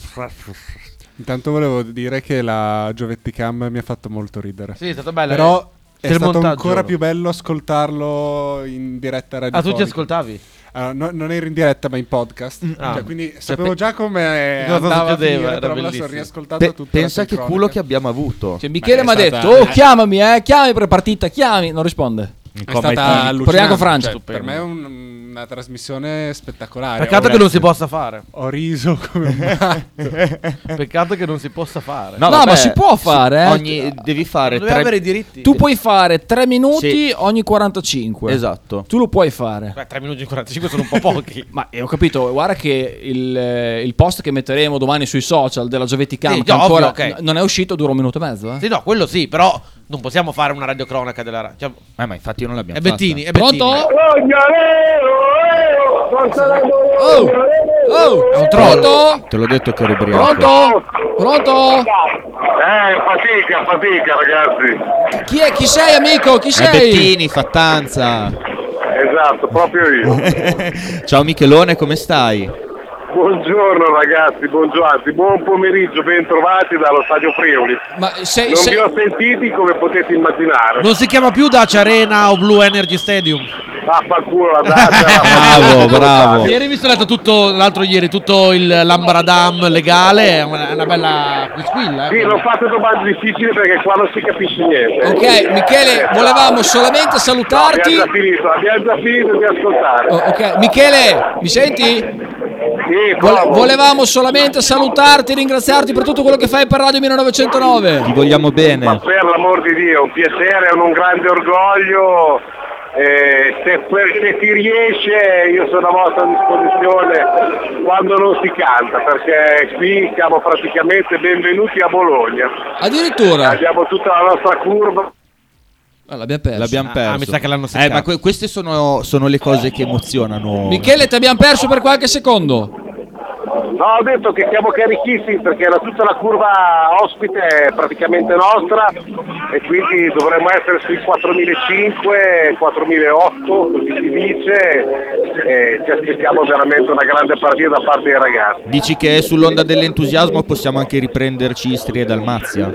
[SPEAKER 4] Intanto volevo dire che la Giovetti Cam mi ha fatto molto ridere.
[SPEAKER 6] Sì, è stata bella.
[SPEAKER 4] Però è
[SPEAKER 6] eh. Il
[SPEAKER 4] stato
[SPEAKER 6] montaggio,
[SPEAKER 4] ancora
[SPEAKER 6] no?
[SPEAKER 4] più bello ascoltarlo in diretta radio.
[SPEAKER 6] Ah, tu ci ascoltavi?
[SPEAKER 4] Eh, non ero in diretta, ma in podcast.
[SPEAKER 6] Ah.
[SPEAKER 4] Cioè, quindi sapevo già come
[SPEAKER 6] Cosa
[SPEAKER 4] andava a
[SPEAKER 6] succedeva,
[SPEAKER 4] finire,
[SPEAKER 6] era
[SPEAKER 4] però me la
[SPEAKER 6] bellissimo.
[SPEAKER 4] sono riascoltata
[SPEAKER 3] Pe-
[SPEAKER 4] tutta. la
[SPEAKER 3] pensa che
[SPEAKER 4] sincronica.
[SPEAKER 3] culo che abbiamo avuto.
[SPEAKER 2] Cioè, Michele mi
[SPEAKER 4] Ma
[SPEAKER 2] ha
[SPEAKER 4] è stata-
[SPEAKER 2] detto: Oh, chiamami, eh, chiami per partita, chiami. Non risponde.
[SPEAKER 3] In
[SPEAKER 7] È
[SPEAKER 3] coma
[SPEAKER 7] stata
[SPEAKER 3] etilico.
[SPEAKER 7] allucinante.
[SPEAKER 2] Proviamo Francia.
[SPEAKER 7] cioè,
[SPEAKER 4] Per me è un- una trasmissione spettacolare. Ho
[SPEAKER 6] Peccato che non
[SPEAKER 4] letto-
[SPEAKER 6] si possa fare.
[SPEAKER 4] Ho riso come un matto.
[SPEAKER 6] Peccato che non si possa fare.
[SPEAKER 2] No, ma si può fare, eh.
[SPEAKER 3] ogni- devi fare
[SPEAKER 6] Doveva
[SPEAKER 3] tre-
[SPEAKER 6] avere i diritti.
[SPEAKER 2] Tu puoi fare 3 minuti
[SPEAKER 3] Sì.
[SPEAKER 2] ogni 45.
[SPEAKER 3] Esatto.
[SPEAKER 2] Tu lo puoi fare.
[SPEAKER 6] Beh, 3 minuti e 45 sono un po' pochi.
[SPEAKER 2] Ma eh, ho capito, guarda che il, eh, il post che metteremo domani sui social della Gioveticam,
[SPEAKER 6] Sì,
[SPEAKER 2] che
[SPEAKER 6] ovvio,
[SPEAKER 2] ancora
[SPEAKER 6] ok.
[SPEAKER 2] n- non è uscito, dura un minuto e mezzo. eh.
[SPEAKER 6] sì, no, quello sì, però non possiamo fare una radiocronaca della radio. Cioè,
[SPEAKER 3] Eh, ma infatti non l'abbiamo
[SPEAKER 6] è Bettini, è Bettini.
[SPEAKER 2] Pronto?
[SPEAKER 8] Oh!
[SPEAKER 2] Oh,
[SPEAKER 8] Oh!
[SPEAKER 2] è un
[SPEAKER 6] troll.
[SPEAKER 2] Pronto?
[SPEAKER 3] fatta. Te l'ho detto che ero ubriaco.
[SPEAKER 2] Pronto? Pronto?
[SPEAKER 8] Eh, fatica, fatica ragazzi.
[SPEAKER 2] Chi, è, chi sei, amico? Chi
[SPEAKER 3] È
[SPEAKER 2] sei?
[SPEAKER 3] Eh, Bettini, Fattanza.
[SPEAKER 8] Esatto, proprio io.
[SPEAKER 3] Ciao Michelone, come stai?
[SPEAKER 8] Buongiorno ragazzi, buongiorno, anzi, buon pomeriggio, bentrovati dallo Stadio Friuli.
[SPEAKER 2] Ma sei,
[SPEAKER 8] Non
[SPEAKER 2] sei-
[SPEAKER 8] vi ho sentiti come potete immaginare.
[SPEAKER 6] Non si chiama più Dacia Arena o Blue Energy Stadium.
[SPEAKER 8] Vaffanculo la data.
[SPEAKER 3] Bravo, bravo.
[SPEAKER 6] Ieri mi sono letto tutto, l'altro ieri, tutto il Lambradam legale, è una, è una bella quisquilla.
[SPEAKER 8] Sì,
[SPEAKER 6] eh.
[SPEAKER 8] non fate domande difficili perché qua non si capisce niente.
[SPEAKER 2] Ok, Michele, volevamo solamente
[SPEAKER 8] No,
[SPEAKER 2] salutarti.
[SPEAKER 8] abbiamo già finito, abbiamo già finito di ascoltare.
[SPEAKER 2] Oh, ok, Michele, mi senti?
[SPEAKER 8] Sì,
[SPEAKER 2] Vole-
[SPEAKER 8] bravo.
[SPEAKER 2] volevamo solamente salutarti, ringraziarti per tutto quello che fai per Radio 1909.
[SPEAKER 3] Ti vogliamo
[SPEAKER 8] Ma
[SPEAKER 3] bene.
[SPEAKER 8] per l'amor di Dio, è un piacere, è un grande orgoglio. Eh, se, per- se ti riesce io sono a vostra disposizione quando non si canta perché qui siamo praticamente benvenuti a Bologna
[SPEAKER 2] Addirittura.
[SPEAKER 8] abbiamo tutta la nostra curva
[SPEAKER 2] Ah, l'abbiamo perso.
[SPEAKER 3] L'abbiamo
[SPEAKER 6] Ah,
[SPEAKER 3] perso.
[SPEAKER 6] mi sa che l'hanno
[SPEAKER 3] Eh,
[SPEAKER 6] seccato.
[SPEAKER 3] ma que- queste sono, sono le cose che emozionano.
[SPEAKER 2] Michele, ti abbiamo perso per qualche secondo.
[SPEAKER 8] no ho detto che siamo carichissimi perché era tutta la curva ospite è praticamente nostra e quindi dovremmo essere sui 4.500 4.800 così si dice e ci aspettiamo veramente una grande partita da parte dei ragazzi
[SPEAKER 3] Dici che sull'onda dell'entusiasmo possiamo anche riprenderci Istria e Dalmazia.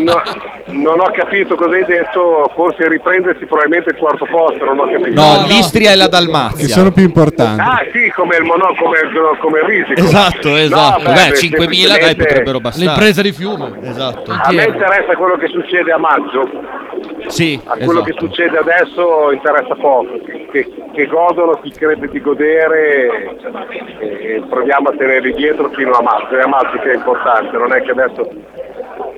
[SPEAKER 8] No, non ho capito cosa hai detto, forse riprendersi probabilmente il quarto posto, non ho capito.
[SPEAKER 3] No, l'Istria e la
[SPEAKER 4] Che
[SPEAKER 3] Dalmazia.
[SPEAKER 4] sono più importanti.
[SPEAKER 8] Ah sì, come il mono, come, come il risico.
[SPEAKER 3] Esatto, esatto.
[SPEAKER 8] No,
[SPEAKER 3] Beh, 5.000
[SPEAKER 8] beh,
[SPEAKER 3] dai
[SPEAKER 8] semplicemente-
[SPEAKER 3] potrebbero bastare.
[SPEAKER 6] L'impresa di fiume.
[SPEAKER 3] Esatto.
[SPEAKER 8] A me interessa quello che succede a maggio,
[SPEAKER 3] Sì,
[SPEAKER 8] a quello che
[SPEAKER 3] esatto.
[SPEAKER 8] succede adesso interessa poco, che, che godono chi crede di godere e, e proviamo a tenerli dietro fino a maggio, è a maggio che è importante, non è che adesso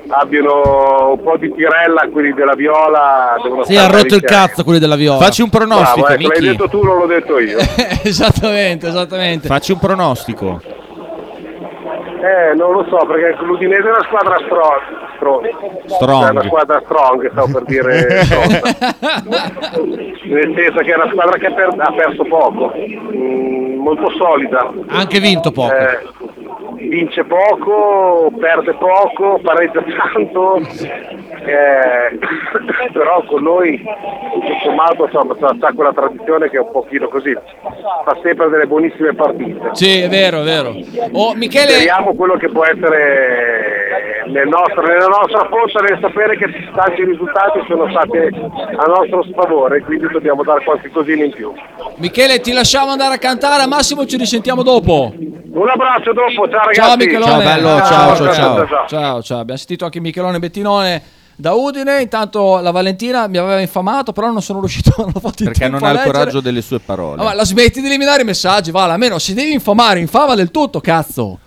[SPEAKER 8] abbiano un po' di tirella quelli della viola. devono
[SPEAKER 6] Sì, ha
[SPEAKER 8] stare
[SPEAKER 6] rotto il
[SPEAKER 8] lì, eh.
[SPEAKER 6] cazzo quelli della viola.
[SPEAKER 3] Facci un pronostico,
[SPEAKER 8] Bravo, ecco, l'hai
[SPEAKER 3] Michi.
[SPEAKER 8] detto tu, non l'ho detto io.
[SPEAKER 2] esattamente, esattamente.
[SPEAKER 3] Facci un pronostico.
[SPEAKER 8] Eh, non lo so, perché l'Udinese è una squadra strong. strong.
[SPEAKER 3] Strong.
[SPEAKER 8] È una squadra strong, stavo per dire. strong. Nel senso che è una squadra che ha, per- ha perso poco, Mm, molto solida.
[SPEAKER 6] Ha anche vinto poco.
[SPEAKER 8] Eh, vince poco, perde poco, pareggia tanto, eh, però con noi tutto sommato insomma, c'è c'è quella tradizione che è un pochino così, fa sempre delle buonissime partite.
[SPEAKER 2] Sì, è vero, è vero. Oh, Michele,
[SPEAKER 8] Speriamo quello che può essere nel nostro- nella nostra forza nel sapere che tanti risultati sono stati a nostro sfavore, quindi dobbiamo dare qualche cosina in più.
[SPEAKER 2] Michele, ti lasciamo andare a cantare. Al massimo ci risentiamo dopo.
[SPEAKER 8] Un abbraccio dopo, ciao ragazzi!
[SPEAKER 2] Ciao, Michelone.
[SPEAKER 3] Ciao, bello, ciao, ciao, ciao.
[SPEAKER 2] Ciao, ciao. Abbiamo sentito anche Michelone Bettinone da Udine. Intanto la Valentina mi aveva infamato, però non sono riuscito a non
[SPEAKER 3] Perché non ha il coraggio delle sue parole.
[SPEAKER 2] Ah, la smetti di eliminare i messaggi, vale, almeno se devi infamare, infama del tutto, cazzo.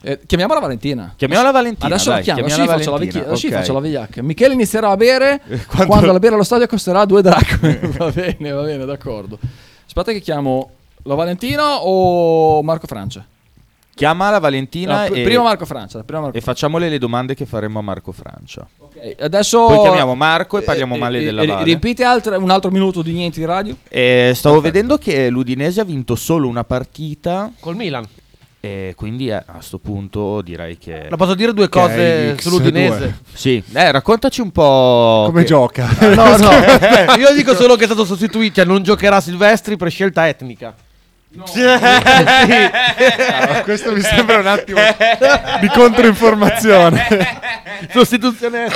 [SPEAKER 2] Eh, chiamiamola Valentina.
[SPEAKER 3] Chiamiamola Valentina.
[SPEAKER 2] Adesso la
[SPEAKER 3] dai,
[SPEAKER 2] chiamo, adesso
[SPEAKER 3] chiamiamola
[SPEAKER 2] gli faccio la,
[SPEAKER 3] Valentina,
[SPEAKER 2] vecchia- adesso gli
[SPEAKER 3] ok.
[SPEAKER 2] faccio la vigliacca. Michele inizierà a bere quando...
[SPEAKER 3] quando-
[SPEAKER 2] la bere allo stadio costerà due dracme. va bene, va bene, d'accordo. Aspetta che chiamo la Valentina o Marco Francia?
[SPEAKER 3] Chiama la
[SPEAKER 2] No,
[SPEAKER 3] Valentina
[SPEAKER 2] pr-
[SPEAKER 3] e,
[SPEAKER 2] Prima Marco Francia, prima Marco
[SPEAKER 3] e facciamole le domande che faremo a Marco Francia.
[SPEAKER 2] Francia. Ok, Adesso
[SPEAKER 3] Poi chiamiamo Marco e parliamo
[SPEAKER 2] Eh,
[SPEAKER 3] male
[SPEAKER 2] eh,
[SPEAKER 3] della
[SPEAKER 2] eh,
[SPEAKER 3] Vale.
[SPEAKER 2] Riempite altre- un altro minuto di niente di radio.
[SPEAKER 3] Eh, stavo vedendo che l'Udinese ha vinto solo una partita
[SPEAKER 6] Col Milan.
[SPEAKER 3] e quindi eh, a questo punto direi che...
[SPEAKER 6] La posso dire due cose
[SPEAKER 4] X2.
[SPEAKER 6] sull'Udinese?
[SPEAKER 3] Sì, eh, raccontaci un po'...
[SPEAKER 4] Come
[SPEAKER 3] che-
[SPEAKER 4] gioca?
[SPEAKER 6] Ah, No, no. Io dico solo che è stato sostituito, cioè non giocherà Silvestri per scelta etnica.
[SPEAKER 4] Ah, questo mi sembra un attimo di controinformazione.
[SPEAKER 6] Sostituzione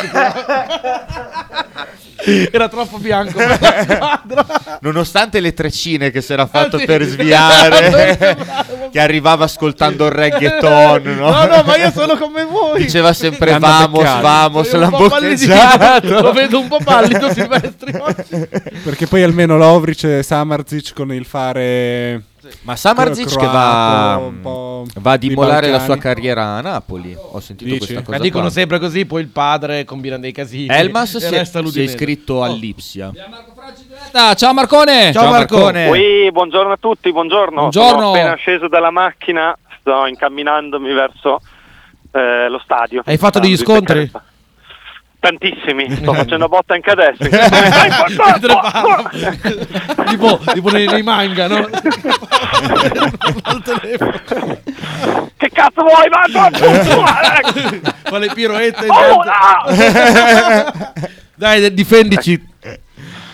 [SPEAKER 6] Era troppo bianco per la squadra.
[SPEAKER 3] Nonostante le treccine che si era fatto
[SPEAKER 6] Ah, sì.
[SPEAKER 3] per sviare,
[SPEAKER 6] Esatto.
[SPEAKER 3] che arrivava ascoltando il reggaeton, no?
[SPEAKER 6] No, no, ma io sono come voi.
[SPEAKER 3] Diceva sempre
[SPEAKER 4] Hanno
[SPEAKER 3] vamos,
[SPEAKER 4] beccato.
[SPEAKER 3] vamos,
[SPEAKER 6] Sei un
[SPEAKER 3] l'ha
[SPEAKER 6] po' pallido.
[SPEAKER 3] boccheggiato.
[SPEAKER 6] Lo vedo un po' pallido Silvestri oggi.
[SPEAKER 4] Perché poi almeno Lovric e Samarzic con il fare
[SPEAKER 3] Ma Samarzic che
[SPEAKER 4] Croato,
[SPEAKER 3] va,
[SPEAKER 4] un po'
[SPEAKER 3] va a
[SPEAKER 4] di
[SPEAKER 3] dimolare la sua
[SPEAKER 4] Balcani.
[SPEAKER 3] carriera a Napoli. Ho sentito
[SPEAKER 4] Dici?
[SPEAKER 3] questa cosa.
[SPEAKER 6] Ma dicono
[SPEAKER 3] qua.
[SPEAKER 6] sempre così, poi il padre combina dei casini.
[SPEAKER 3] Elmas
[SPEAKER 6] E
[SPEAKER 3] si è, si
[SPEAKER 6] resta
[SPEAKER 3] è
[SPEAKER 6] l'Udinese.
[SPEAKER 3] iscritto
[SPEAKER 6] Oh.
[SPEAKER 3] all'Ipsia.
[SPEAKER 2] Ah, ciao Marcone!
[SPEAKER 6] Ciao, Marco.
[SPEAKER 8] Sì, buongiorno a tutti, buongiorno.
[SPEAKER 2] Buongiorno.
[SPEAKER 8] Sono appena sceso dalla macchina, sto incamminandomi verso eh, lo stadio.
[SPEAKER 6] Hai fatto degli
[SPEAKER 8] Tanto,
[SPEAKER 6] scontri?
[SPEAKER 8] in peccato. Tantissimi, sto facendo botta anche adesso. in questo momento.
[SPEAKER 6] tipo, tipo nei, nei manga, no? Al telefono.
[SPEAKER 8] che cazzo vuoi? Ma no,
[SPEAKER 6] Fa le piroette.
[SPEAKER 8] Oh,
[SPEAKER 6] intanto.
[SPEAKER 3] eh,
[SPEAKER 8] no!
[SPEAKER 6] Dai, de- difendici.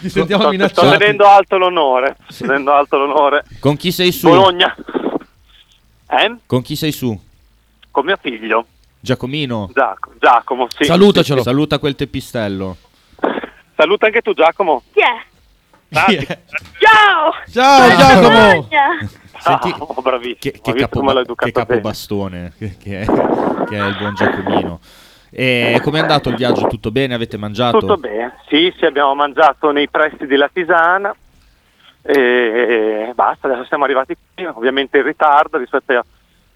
[SPEAKER 6] Ti sentiamo
[SPEAKER 8] sto, sto
[SPEAKER 6] minacciati.
[SPEAKER 8] tenendo alto l'onore. Sto tenendo alto l'onore.
[SPEAKER 3] Con chi sei su?
[SPEAKER 8] Bologna. Eh?
[SPEAKER 3] Con chi sei su?
[SPEAKER 8] Con mio figlio,
[SPEAKER 3] Giacomino.
[SPEAKER 8] Giac- Giacomo. Sì.
[SPEAKER 6] Salutacelo.
[SPEAKER 3] Saluta quel teppistello.
[SPEAKER 8] Saluta anche tu, Giacomo.
[SPEAKER 9] Chi è? Ciao!
[SPEAKER 6] Ciao
[SPEAKER 3] Oh.
[SPEAKER 6] Giacomo.
[SPEAKER 9] Bologna!
[SPEAKER 3] Senti,
[SPEAKER 8] Ah, oh, bravissimo.
[SPEAKER 3] che, che
[SPEAKER 8] Hai visto
[SPEAKER 3] capo-
[SPEAKER 8] come l'ho
[SPEAKER 3] che
[SPEAKER 8] educato bene?
[SPEAKER 3] capobastone che, che è, che è il buon Giacomino. E com'è andato il viaggio? Tutto bene? Avete mangiato?
[SPEAKER 8] Tutto bene, sì, sì, abbiamo mangiato nei pressi della Tisana e basta, adesso siamo arrivati qui, ovviamente in ritardo rispetto a-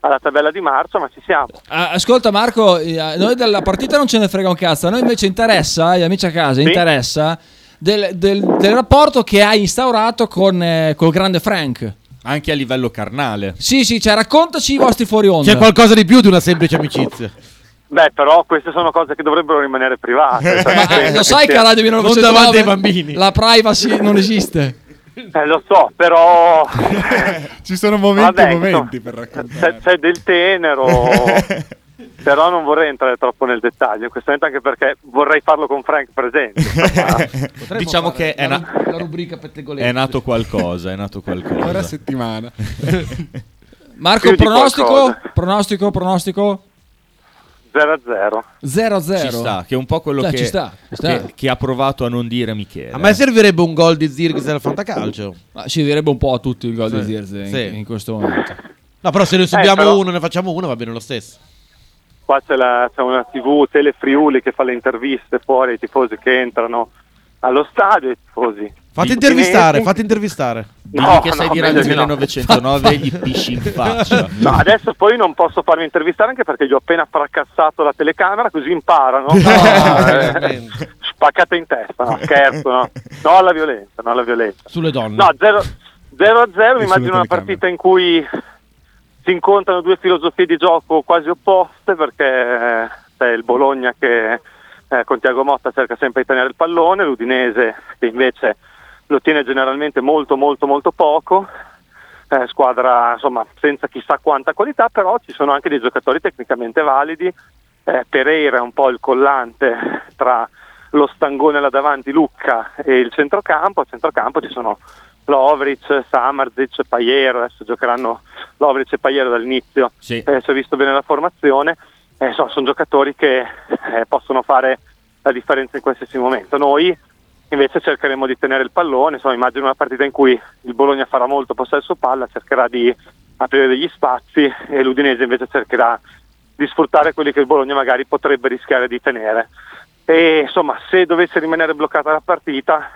[SPEAKER 8] alla tabella di marzo, ma ci siamo.
[SPEAKER 2] Ah, ascolta Marco, eh, a noi della partita non ce ne frega un cazzo, a noi invece interessa, agli amici a casa,
[SPEAKER 8] Sì.
[SPEAKER 2] interessa del, del- del rapporto che hai instaurato con eh, col grande Frank.
[SPEAKER 3] Anche a livello carnale.
[SPEAKER 2] Sì, sì, cioè raccontaci i vostri fuori onda.
[SPEAKER 6] C'è qualcosa di più di una semplice amicizia.
[SPEAKER 8] Beh, però queste sono cose che dovrebbero rimanere private. cioè,
[SPEAKER 2] Ma, eh,
[SPEAKER 8] penso
[SPEAKER 2] lo
[SPEAKER 8] che
[SPEAKER 2] sai che a
[SPEAKER 8] sia-
[SPEAKER 2] Radio
[SPEAKER 6] Non
[SPEAKER 2] 1909
[SPEAKER 6] davanti ai bambini.
[SPEAKER 2] La privacy non esiste.
[SPEAKER 8] Eh, lo so, però...
[SPEAKER 4] Ci sono momenti
[SPEAKER 8] vabbè,
[SPEAKER 4] e momenti
[SPEAKER 8] insomma,
[SPEAKER 4] per
[SPEAKER 8] c'è,
[SPEAKER 4] raccontare.
[SPEAKER 8] c'è del tenero... Però non vorrei entrare troppo nel dettaglio, in questo momento anche perché vorrei farlo con Frank presente. insomma.
[SPEAKER 3] diciamo che è,
[SPEAKER 6] la,
[SPEAKER 3] na-
[SPEAKER 6] la rubrica pettegolezzi.
[SPEAKER 3] è nato qualcosa, è nato
[SPEAKER 4] Ora
[SPEAKER 3] qualcosa.
[SPEAKER 4] settimana.
[SPEAKER 2] Marco,
[SPEAKER 8] Più di
[SPEAKER 2] pronostico?
[SPEAKER 8] qualcosa.
[SPEAKER 2] Pronostico, pronostico?
[SPEAKER 8] 0 a 0.
[SPEAKER 2] 0-0.
[SPEAKER 3] Ci sta, che è un po' quello
[SPEAKER 6] Cioè,
[SPEAKER 2] Dai,
[SPEAKER 3] che,
[SPEAKER 2] ci sta, ci sta.
[SPEAKER 3] Che, che ha provato a non dire Michele.
[SPEAKER 6] A me servirebbe un gol di Zirgis al fantacalcio.
[SPEAKER 2] Ma ci direbbe un po' a tutti il gol di Zirze in,
[SPEAKER 6] Sì.
[SPEAKER 2] in questo momento.
[SPEAKER 6] No, però se ne subiamo
[SPEAKER 8] Eh, però-
[SPEAKER 6] uno e ne facciamo uno va bene lo stesso.
[SPEAKER 8] Qua c'è, la- c'è una TV Tele Friuli che fa le interviste fuori ai tifosi che entrano allo stadio ai tifosi.
[SPEAKER 6] Fate intervistare, fate intervistare.
[SPEAKER 3] Digli
[SPEAKER 8] No,
[SPEAKER 3] che sai
[SPEAKER 8] no,
[SPEAKER 3] di Radio
[SPEAKER 8] meglio di no.
[SPEAKER 3] 1909 e gli pisci in faccia.
[SPEAKER 8] No, adesso poi non posso farmi intervistare anche perché gli ho appena fracassato la telecamera così imparano. eh,
[SPEAKER 6] veramente.
[SPEAKER 8] spaccate in testa, no, scherzo, no. No alla violenza, no alla violenza.
[SPEAKER 6] Sulle donne.
[SPEAKER 8] No, 0 a 0
[SPEAKER 4] E
[SPEAKER 8] mi immagino
[SPEAKER 4] sulle telecamere.
[SPEAKER 8] una partita in cui si incontrano due filosofie di gioco quasi opposte perché eh, c'è il Bologna che eh, con Tiago Motta cerca sempre di tenere il pallone, l'Udinese che invece lo tiene generalmente molto molto molto poco, eh, squadra insomma senza chissà quanta qualità, però ci sono anche dei giocatori tecnicamente validi, eh, Pereira è un po' il collante tra lo stangone là davanti Lucca e il centrocampo, a centrocampo ci sono Lovric, Samarzic, Paiero, adesso giocheranno Lovric e Paiero dall'inizio,
[SPEAKER 3] Sì.
[SPEAKER 8] eh, se ho visto bene la formazione, eh, insomma, sono giocatori che eh, possono fare la differenza in qualsiasi momento. Noi invece cercheremo di tenere il pallone, insomma, immagino una partita in cui il Bologna farà molto possesso palla, cercherà di aprire degli spazi e l'Udinese invece cercherà di sfruttare quelli che il Bologna magari potrebbe rischiare di tenere. E insomma, se dovesse rimanere bloccata la partita,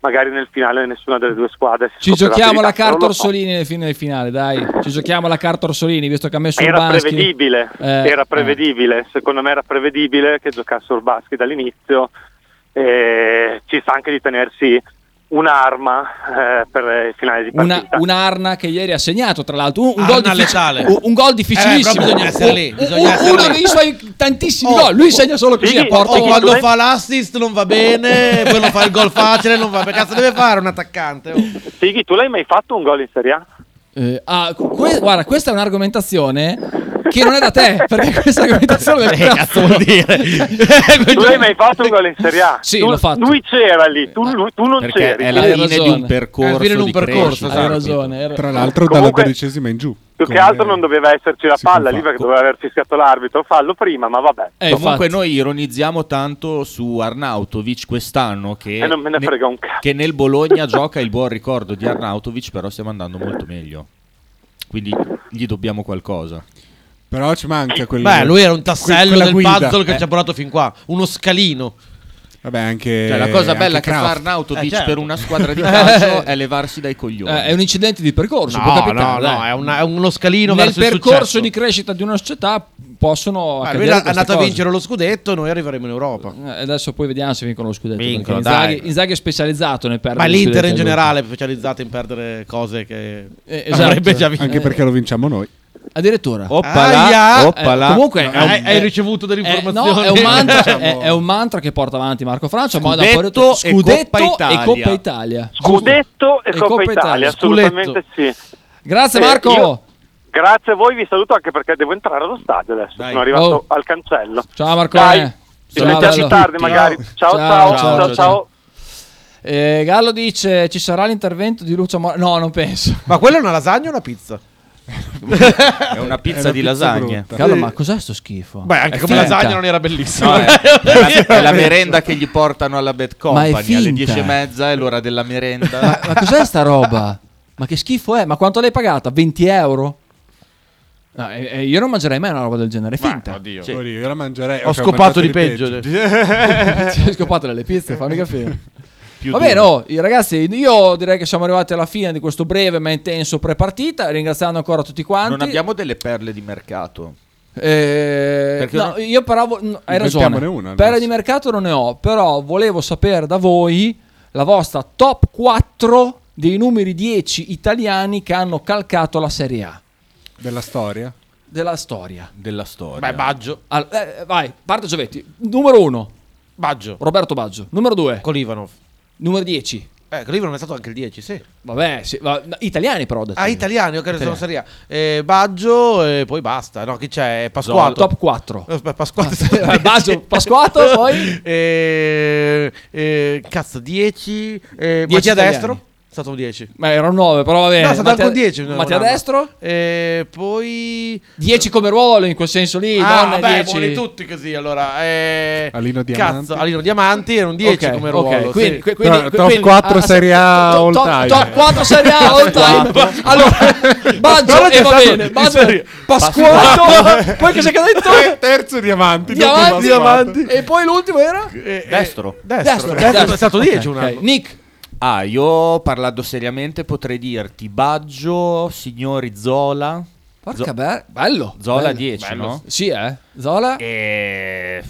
[SPEAKER 8] magari nel finale nessuna delle due squadre
[SPEAKER 2] Ci
[SPEAKER 8] si scoprirà
[SPEAKER 2] giochiamo la
[SPEAKER 8] per il campo,
[SPEAKER 2] carta
[SPEAKER 8] non lo so.
[SPEAKER 2] Orsolini nel fine del finale, dai. Ci giochiamo la carta Orsolini, visto che ha messo
[SPEAKER 8] Era
[SPEAKER 2] Urbanski.
[SPEAKER 8] prevedibile,
[SPEAKER 2] Eh,
[SPEAKER 8] era
[SPEAKER 2] eh.
[SPEAKER 8] prevedibile, secondo me era prevedibile che giocasse Urbaschi dall'inizio, eh, ci sta anche di tenersi un'arma eh, per il finale di
[SPEAKER 2] Una,
[SPEAKER 8] partita.
[SPEAKER 2] un'arna che ieri ha segnato, tra l'altro. Un, un
[SPEAKER 6] Arna
[SPEAKER 2] gol, diffic-
[SPEAKER 6] Ah, letale.
[SPEAKER 2] un- un gol difficilissimo.
[SPEAKER 6] Eh, però bisogna essere lì,
[SPEAKER 2] Un-
[SPEAKER 6] bisogna
[SPEAKER 2] un-
[SPEAKER 6] essere
[SPEAKER 2] uno
[SPEAKER 6] lì.
[SPEAKER 2] dei suoi tantissimi
[SPEAKER 6] Oh,
[SPEAKER 2] gol. Lui segna solo così
[SPEAKER 8] sì,
[SPEAKER 2] a porta.
[SPEAKER 6] O
[SPEAKER 8] Perché
[SPEAKER 6] quando
[SPEAKER 8] secondo
[SPEAKER 6] fa l'assist non va bene, poi non Eh, fa il gol facile, non va bene. Cazzo deve fare un attaccante? oh?
[SPEAKER 8] Sighi, tu l'hai mai fatto un gol in Serie A?
[SPEAKER 2] Eh, ah, que- guarda, questa è un'argomentazione che non è da te, perché questa argomentazione del
[SPEAKER 9] Eh, cazzo vuol dire?
[SPEAKER 7] Tu hai mai fatto un gol in Serie A?
[SPEAKER 2] Cioè, Sì,
[SPEAKER 7] Tu-
[SPEAKER 2] l'ho fatto.
[SPEAKER 7] Lui c'era lì, tu, lui- tu non
[SPEAKER 3] Perché
[SPEAKER 7] c'eri.
[SPEAKER 3] è la
[SPEAKER 2] Hai
[SPEAKER 3] fine di
[SPEAKER 2] ragione.
[SPEAKER 3] un percorso.
[SPEAKER 6] È la fine di un
[SPEAKER 3] di
[SPEAKER 6] percorso,
[SPEAKER 3] crescita.
[SPEAKER 2] Hai ragione. hai
[SPEAKER 4] Tra
[SPEAKER 2] ragione.
[SPEAKER 4] l'altro
[SPEAKER 7] Comunque-
[SPEAKER 4] dalla dodicesima in giù.
[SPEAKER 7] Più che
[SPEAKER 4] come-
[SPEAKER 7] altro non doveva esserci la
[SPEAKER 4] si
[SPEAKER 7] palla
[SPEAKER 4] fa.
[SPEAKER 7] lì perché doveva aver fischiato l'arbitro, fallo prima, ma vabbè.
[SPEAKER 2] Eh,
[SPEAKER 3] Comunque
[SPEAKER 2] infatti.
[SPEAKER 3] noi ironizziamo tanto su Arnautovic quest'anno che,
[SPEAKER 7] Eh, non me ne frega un cazzo.
[SPEAKER 3] che nel Bologna gioca il buon ricordo di Arnautovic, però stiamo andando molto meglio. Quindi gli dobbiamo qualcosa.
[SPEAKER 4] Però ci manca quello.
[SPEAKER 6] Beh, lui era un tassello
[SPEAKER 4] quella
[SPEAKER 6] del
[SPEAKER 4] guida.
[SPEAKER 6] puzzle che
[SPEAKER 4] Eh.
[SPEAKER 6] ci ha portato fin qua. Uno scalino.
[SPEAKER 4] Vabbè, anche.
[SPEAKER 3] Cioè, la cosa
[SPEAKER 4] Eh, anche
[SPEAKER 3] bella che fa
[SPEAKER 4] Kraft.
[SPEAKER 3] Arnautovic
[SPEAKER 6] Eh, certo.
[SPEAKER 3] per una squadra di calcio è levarsi dai coglioni.
[SPEAKER 2] Eh, è un incidente di percorso, può
[SPEAKER 6] No, no,
[SPEAKER 2] capitare.
[SPEAKER 6] no,
[SPEAKER 2] dai.
[SPEAKER 6] è, una- è uno scalino
[SPEAKER 2] Nel
[SPEAKER 6] verso il
[SPEAKER 2] percorso
[SPEAKER 6] successo.
[SPEAKER 2] di crescita di una società possono
[SPEAKER 6] Beh, lui
[SPEAKER 2] accadere
[SPEAKER 6] è
[SPEAKER 2] queste
[SPEAKER 6] andato a
[SPEAKER 2] cose.
[SPEAKER 6] vincere lo scudetto, noi arriveremo in Europa.
[SPEAKER 2] Eh, Adesso poi vediamo se vincono lo scudetto.
[SPEAKER 3] Vincono,
[SPEAKER 2] perché Inzaghi,
[SPEAKER 3] dai.
[SPEAKER 2] Inzaghi è specializzato nel perdere.
[SPEAKER 6] Ma
[SPEAKER 2] gli
[SPEAKER 6] l'Inter in
[SPEAKER 2] scudetti a lui.
[SPEAKER 6] generale è specializzata in perdere cose che
[SPEAKER 2] Eh, esatto.
[SPEAKER 6] avrebbe già vinto.
[SPEAKER 4] Anche perché lo vinciamo noi.
[SPEAKER 2] Addirittura.
[SPEAKER 3] Oppala,
[SPEAKER 6] Aia!
[SPEAKER 3] oppala.
[SPEAKER 2] Eh, comunque è un-
[SPEAKER 6] hai, hai ricevuto delle
[SPEAKER 2] Eh,
[SPEAKER 6] informazioni.
[SPEAKER 2] no, è un, mantra,
[SPEAKER 6] Diciamo-
[SPEAKER 2] è, è un mantra che porta avanti Marco Francia. ma da
[SPEAKER 3] Scudetto
[SPEAKER 2] un po' di-
[SPEAKER 3] e Coppa
[SPEAKER 2] scudetto e
[SPEAKER 3] Italia.
[SPEAKER 2] Coppa Italia.
[SPEAKER 7] Scudetto e,
[SPEAKER 2] E
[SPEAKER 7] Coppa,
[SPEAKER 2] Coppa Italia,
[SPEAKER 7] Italia, assolutamente sì.
[SPEAKER 2] Grazie
[SPEAKER 7] Eh,
[SPEAKER 2] Marco.
[SPEAKER 7] io- Grazie a voi, vi saluto anche perché devo entrare allo stadio adesso.
[SPEAKER 3] Dai.
[SPEAKER 7] Sono arrivato
[SPEAKER 2] Oh.
[SPEAKER 7] al cancello.
[SPEAKER 2] Ciao Marco. Eh.
[SPEAKER 7] Dai, ci
[SPEAKER 2] Ciao,
[SPEAKER 7] sentiamo
[SPEAKER 2] bello.
[SPEAKER 7] tardi magari. Ciao, ciao, ciao, ciao.
[SPEAKER 2] ciao, Eh, Gallo dice ci sarà l'intervento di Lucio Mora. No, non penso.
[SPEAKER 6] Ma quella è una lasagna o una pizza?
[SPEAKER 3] È una pizza di
[SPEAKER 4] pizza
[SPEAKER 3] lasagne.
[SPEAKER 4] brutta.
[SPEAKER 2] Gallo, ma cos'è sto schifo? Eh,
[SPEAKER 6] Beh, anche
[SPEAKER 2] È
[SPEAKER 6] come
[SPEAKER 2] finta.
[SPEAKER 6] lasagna non era bellissima.
[SPEAKER 3] No, è, è la, è la merenda che gli portano alla Bad
[SPEAKER 2] è
[SPEAKER 3] Company alle
[SPEAKER 2] finta.
[SPEAKER 3] 10 e mezza, è l'ora della merenda.
[SPEAKER 2] Ma, ma cos'è sta roba? Ma che schifo è? Ma quanto l'hai pagata? 20 euro? No, eh, eh, io non mangerei mai una roba del genere. È finta.
[SPEAKER 6] Oddio.
[SPEAKER 3] Sì.
[SPEAKER 4] Oddio, io la mangerei.
[SPEAKER 6] Ho
[SPEAKER 4] Cioè, mangiato
[SPEAKER 6] scopato di peggio.
[SPEAKER 2] Ci scopate le pizze, fammi capire.
[SPEAKER 3] Più
[SPEAKER 2] Va bene,
[SPEAKER 3] duro.
[SPEAKER 2] oh, i ragazzi, io direi che siamo arrivati alla fine di questo breve ma intenso pre-partita. Ringraziando ancora tutti quanti.
[SPEAKER 3] Non abbiamo delle perle di mercato.
[SPEAKER 2] Eh,
[SPEAKER 3] Perché
[SPEAKER 2] no,
[SPEAKER 3] non-
[SPEAKER 2] io però vo- no, hai
[SPEAKER 4] Inventiamone
[SPEAKER 2] ragione.
[SPEAKER 4] una,
[SPEAKER 2] Pere
[SPEAKER 4] adesso.
[SPEAKER 2] di mercato non ne ho, però volevo sapere da voi la vostra top 4 dei numeri 10 italiani che hanno calcato la Serie A
[SPEAKER 4] Della storia.
[SPEAKER 2] della storia.
[SPEAKER 3] Della storia.
[SPEAKER 6] Beh, Baggio.
[SPEAKER 2] Al- eh, eh, vai, parte Giovetti. Numero 1,
[SPEAKER 6] Baggio.
[SPEAKER 2] Roberto Baggio. Numero 2,
[SPEAKER 6] Colivanov.
[SPEAKER 2] numero 10.
[SPEAKER 6] Eh, Colivanov è stato anche il 10, sì.
[SPEAKER 2] Vabbè, sì, va- no, italiani però ho detto
[SPEAKER 6] Ah,
[SPEAKER 2] io.
[SPEAKER 6] italiani, ok, sono
[SPEAKER 2] Italiani.
[SPEAKER 6] Serie A. Eh, Baggio e poi basta. No, chi c'è? Eh, Pasquale.
[SPEAKER 2] Top 4.
[SPEAKER 6] Oh. Pasquato.
[SPEAKER 2] Eh, Baggio, Pasquato, poi?
[SPEAKER 6] Eh, eh, cazzo, 10. Eh, Mattia
[SPEAKER 2] italiani.
[SPEAKER 6] Destro. È stato un 10.
[SPEAKER 2] Ma erano 9, però va bene.
[SPEAKER 6] No, è stato anche un 10. no,
[SPEAKER 2] Mattia
[SPEAKER 6] no, no.
[SPEAKER 2] Destro?
[SPEAKER 6] Eh, poi...
[SPEAKER 2] 10 come ruolo in quel senso lì,
[SPEAKER 6] ah,
[SPEAKER 2] non
[SPEAKER 6] vabbè,
[SPEAKER 2] 10.
[SPEAKER 6] vuole tutti così, allora. Eh,
[SPEAKER 4] Alino
[SPEAKER 6] Cazzo,
[SPEAKER 4] Diamanti.
[SPEAKER 6] Alino Diamanti era un 10
[SPEAKER 2] Ok,
[SPEAKER 6] come
[SPEAKER 2] ok,
[SPEAKER 6] ruolo. sì.
[SPEAKER 2] quindi, que-
[SPEAKER 4] Però
[SPEAKER 2] quindi-
[SPEAKER 4] top
[SPEAKER 2] quindi- ah,
[SPEAKER 4] 4 Serie A
[SPEAKER 2] top-
[SPEAKER 4] all
[SPEAKER 2] top-
[SPEAKER 4] time.
[SPEAKER 2] Top 4 Serie A all time. Allora, Baggio, e va bene. Baggio, Pasquato. poi cosa che ha detto?
[SPEAKER 4] Terzo diamanti.
[SPEAKER 2] Diamanti. E poi l'ultimo era?
[SPEAKER 6] Eh, eh,
[SPEAKER 3] Destro.
[SPEAKER 6] Destro. Destro è stato 10 un
[SPEAKER 2] Ok,
[SPEAKER 6] anno.
[SPEAKER 2] Nick.
[SPEAKER 3] Ah, io parlando seriamente potrei dirti Baggio, signori Zola.
[SPEAKER 2] Porca
[SPEAKER 3] Zo-
[SPEAKER 2] be- bello.
[SPEAKER 3] Zola
[SPEAKER 2] bello.
[SPEAKER 3] 10, no?
[SPEAKER 2] Sì, eh. Zola.
[SPEAKER 3] E...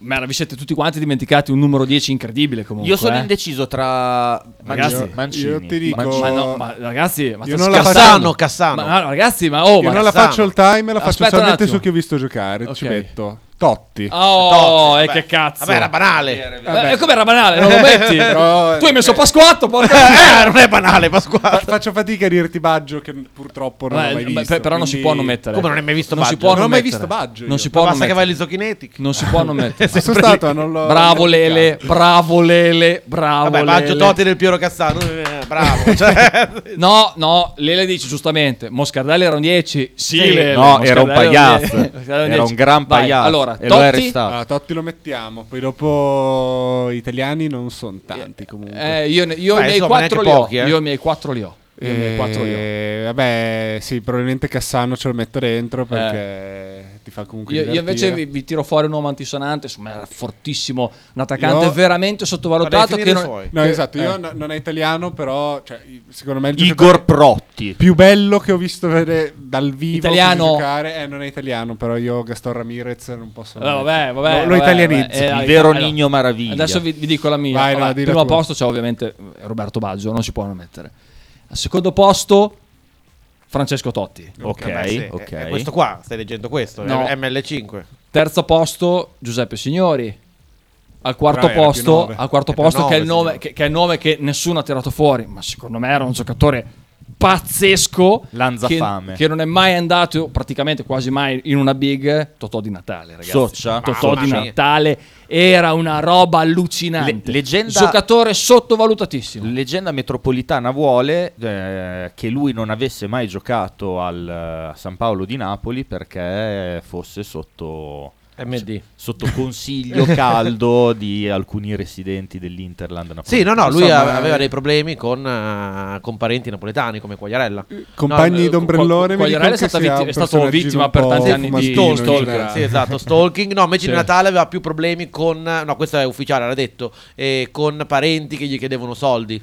[SPEAKER 2] Ma vi siete tutti quanti dimenticati un numero 10 incredibile comunque.
[SPEAKER 3] Io sono
[SPEAKER 2] eh.
[SPEAKER 3] indeciso tra
[SPEAKER 2] Ragazzi,
[SPEAKER 3] Mancini. Mancini.
[SPEAKER 4] io ti dico-
[SPEAKER 3] Mancini.
[SPEAKER 2] Ma no, ma ragazzi, ma
[SPEAKER 4] Io
[SPEAKER 2] sta
[SPEAKER 4] non la
[SPEAKER 2] scherzando.
[SPEAKER 6] Cassano, Cassano.
[SPEAKER 2] Ma no, ragazzi, ma oh,
[SPEAKER 4] Io
[SPEAKER 2] ma
[SPEAKER 4] non la
[SPEAKER 6] Cassano.
[SPEAKER 4] faccio all time, la faccio
[SPEAKER 2] Aspetta un
[SPEAKER 4] solamente
[SPEAKER 2] attimo.
[SPEAKER 4] su chi ho visto giocare. Ci
[SPEAKER 2] Ok.
[SPEAKER 4] metto Totti.
[SPEAKER 2] Oh, e che cazzo.
[SPEAKER 6] Vabbè, era banale.
[SPEAKER 2] Eh, eh, com'era banale, non lo metti?
[SPEAKER 4] Però-
[SPEAKER 2] tu hai messo Pasquatto, porca...
[SPEAKER 6] Eh, non è banale, Pasquale.
[SPEAKER 4] Faccio fatica a dirti Baggio, che purtroppo non
[SPEAKER 2] Beh,
[SPEAKER 4] ho mai
[SPEAKER 2] beh,
[SPEAKER 4] visto.
[SPEAKER 2] per- però non si
[SPEAKER 4] quindi-
[SPEAKER 2] può non mettere.
[SPEAKER 6] Come non hai mai visto
[SPEAKER 2] Non si
[SPEAKER 6] Baggio?
[SPEAKER 2] può
[SPEAKER 4] Non ho mai
[SPEAKER 2] mettere.
[SPEAKER 4] visto Baggio
[SPEAKER 2] Non
[SPEAKER 4] io.
[SPEAKER 2] si può non
[SPEAKER 6] Basta che vai
[SPEAKER 2] mettere.
[SPEAKER 6] agli zookinetic.
[SPEAKER 2] Non si può non mettere.
[SPEAKER 4] Sono stato, non l'ho-
[SPEAKER 2] Bravo
[SPEAKER 4] non l'ho
[SPEAKER 2] Lele, bravo Lele, bravo
[SPEAKER 6] Vabbè, Baggio
[SPEAKER 2] Lele.
[SPEAKER 6] Totti del Piero Cassano. eh, bravo. Cioè,
[SPEAKER 2] No, no, Lele dice giustamente, Moscardelli era un 10. Sì,
[SPEAKER 6] Sì.
[SPEAKER 2] Lele,
[SPEAKER 3] No, era un
[SPEAKER 2] Moscardelli
[SPEAKER 3] pagliazzo.
[SPEAKER 2] 10. Moscardelli
[SPEAKER 3] Era
[SPEAKER 2] 10.
[SPEAKER 3] un gran
[SPEAKER 2] Vai,
[SPEAKER 3] pagliazzo.
[SPEAKER 2] Allora,
[SPEAKER 3] e lo è
[SPEAKER 2] Totti,
[SPEAKER 3] restato.
[SPEAKER 4] Ah, Totti lo mettiamo, poi dopo gli italiani non sono tanti comunque.
[SPEAKER 2] eh, io, ne- io
[SPEAKER 6] Beh,
[SPEAKER 2] i miei
[SPEAKER 6] insomma,
[SPEAKER 2] quattro li
[SPEAKER 6] neanche
[SPEAKER 2] ho.
[SPEAKER 6] pochi, eh.
[SPEAKER 2] Io i miei quattro li ho. Io i miei quattro li ho.
[SPEAKER 4] Eh, vabbè, sì, probabilmente Cassano ce lo metto dentro perché ti fa comunque
[SPEAKER 2] Eh. Io, io
[SPEAKER 4] divertire.
[SPEAKER 2] invece vi, vi tiro fuori un uomo antisonante, insomma, era fortissimo, un attaccante
[SPEAKER 4] Io-
[SPEAKER 2] veramente sottovalutato.
[SPEAKER 6] Vorrei
[SPEAKER 2] Che eh.
[SPEAKER 6] finire
[SPEAKER 2] non...
[SPEAKER 6] suoi.
[SPEAKER 4] No, esatto, io no- non è italiano, però cioè, secondo me il giocatore
[SPEAKER 3] Igor Protti.
[SPEAKER 4] più bello che ho visto vedere dal vivo
[SPEAKER 2] Italiano.
[SPEAKER 4] giocare, eh, non è italiano, però io Gaston Ramirez non posso...
[SPEAKER 2] Eh, vabbè, vabbè,
[SPEAKER 4] Lo-
[SPEAKER 2] vabbè,
[SPEAKER 4] lo italianizzo.
[SPEAKER 2] vabbè, eh,
[SPEAKER 3] Il
[SPEAKER 2] dai,
[SPEAKER 3] vero
[SPEAKER 2] allora,
[SPEAKER 3] Nigno Maraviglia.
[SPEAKER 2] Adesso vi, vi dico la mia.
[SPEAKER 4] Vai, no,
[SPEAKER 2] Allora,
[SPEAKER 4] di la
[SPEAKER 2] primo
[SPEAKER 4] tua.
[SPEAKER 2] posto c'è ovviamente Roberto Baggio, non si può non mettere. Al secondo posto Francesco Totti.
[SPEAKER 3] Ok,
[SPEAKER 6] Vabbè, Eh, sì,
[SPEAKER 3] ok.
[SPEAKER 6] è- è questo qua, stai leggendo questo,
[SPEAKER 2] No.
[SPEAKER 6] è ML5.
[SPEAKER 2] Terzo posto Giuseppe Signori. Al quarto
[SPEAKER 4] Però era più
[SPEAKER 2] posto,
[SPEAKER 4] nove.
[SPEAKER 2] al quarto
[SPEAKER 6] Era
[SPEAKER 2] posto
[SPEAKER 6] nove,
[SPEAKER 2] che, è il nome,
[SPEAKER 6] signori.
[SPEAKER 2] che, che è il nome che nessuno ha tirato fuori, ma secondo me era un giocatore pazzesco
[SPEAKER 3] Lanzafame.
[SPEAKER 2] Che, che non è mai andato praticamente quasi mai in una big Totò di Natale ragazzi
[SPEAKER 3] Soccia?
[SPEAKER 2] Totò
[SPEAKER 3] Mamma
[SPEAKER 2] di
[SPEAKER 3] mia.
[SPEAKER 2] Natale era una roba allucinante
[SPEAKER 3] Le- leggenda-
[SPEAKER 2] giocatore sottovalutatissimo
[SPEAKER 3] Leggenda metropolitana vuole eh, che lui non avesse mai giocato al eh, a San Paolo di Napoli perché fosse sotto,
[SPEAKER 6] MD.
[SPEAKER 3] sotto consiglio caldo di alcuni residenti dell'Interland napoletano.
[SPEAKER 6] Sì, no, no, lui
[SPEAKER 4] Insomma,
[SPEAKER 6] aveva
[SPEAKER 4] eh.
[SPEAKER 6] dei problemi con, eh, con parenti napoletani come Quagliarella.
[SPEAKER 2] Mm.
[SPEAKER 4] Compagni
[SPEAKER 6] No, eh,
[SPEAKER 4] d'ombrellone. mi
[SPEAKER 2] Quagliarella
[SPEAKER 4] dicono
[SPEAKER 2] è stata
[SPEAKER 4] che sia
[SPEAKER 2] vitt-
[SPEAKER 4] un
[SPEAKER 2] è stato
[SPEAKER 4] personaggio
[SPEAKER 2] vittima
[SPEAKER 4] un
[SPEAKER 2] per
[SPEAKER 4] po'
[SPEAKER 2] tanti anni di
[SPEAKER 4] fumantino in
[SPEAKER 2] stalker.
[SPEAKER 4] generale.
[SPEAKER 6] Sì, esatto, stalking. No, invece
[SPEAKER 2] Sì.
[SPEAKER 6] di Natale aveva più problemi con... No, questo è ufficiale, l'ha detto. eh, con parenti che gli chiedevano soldi.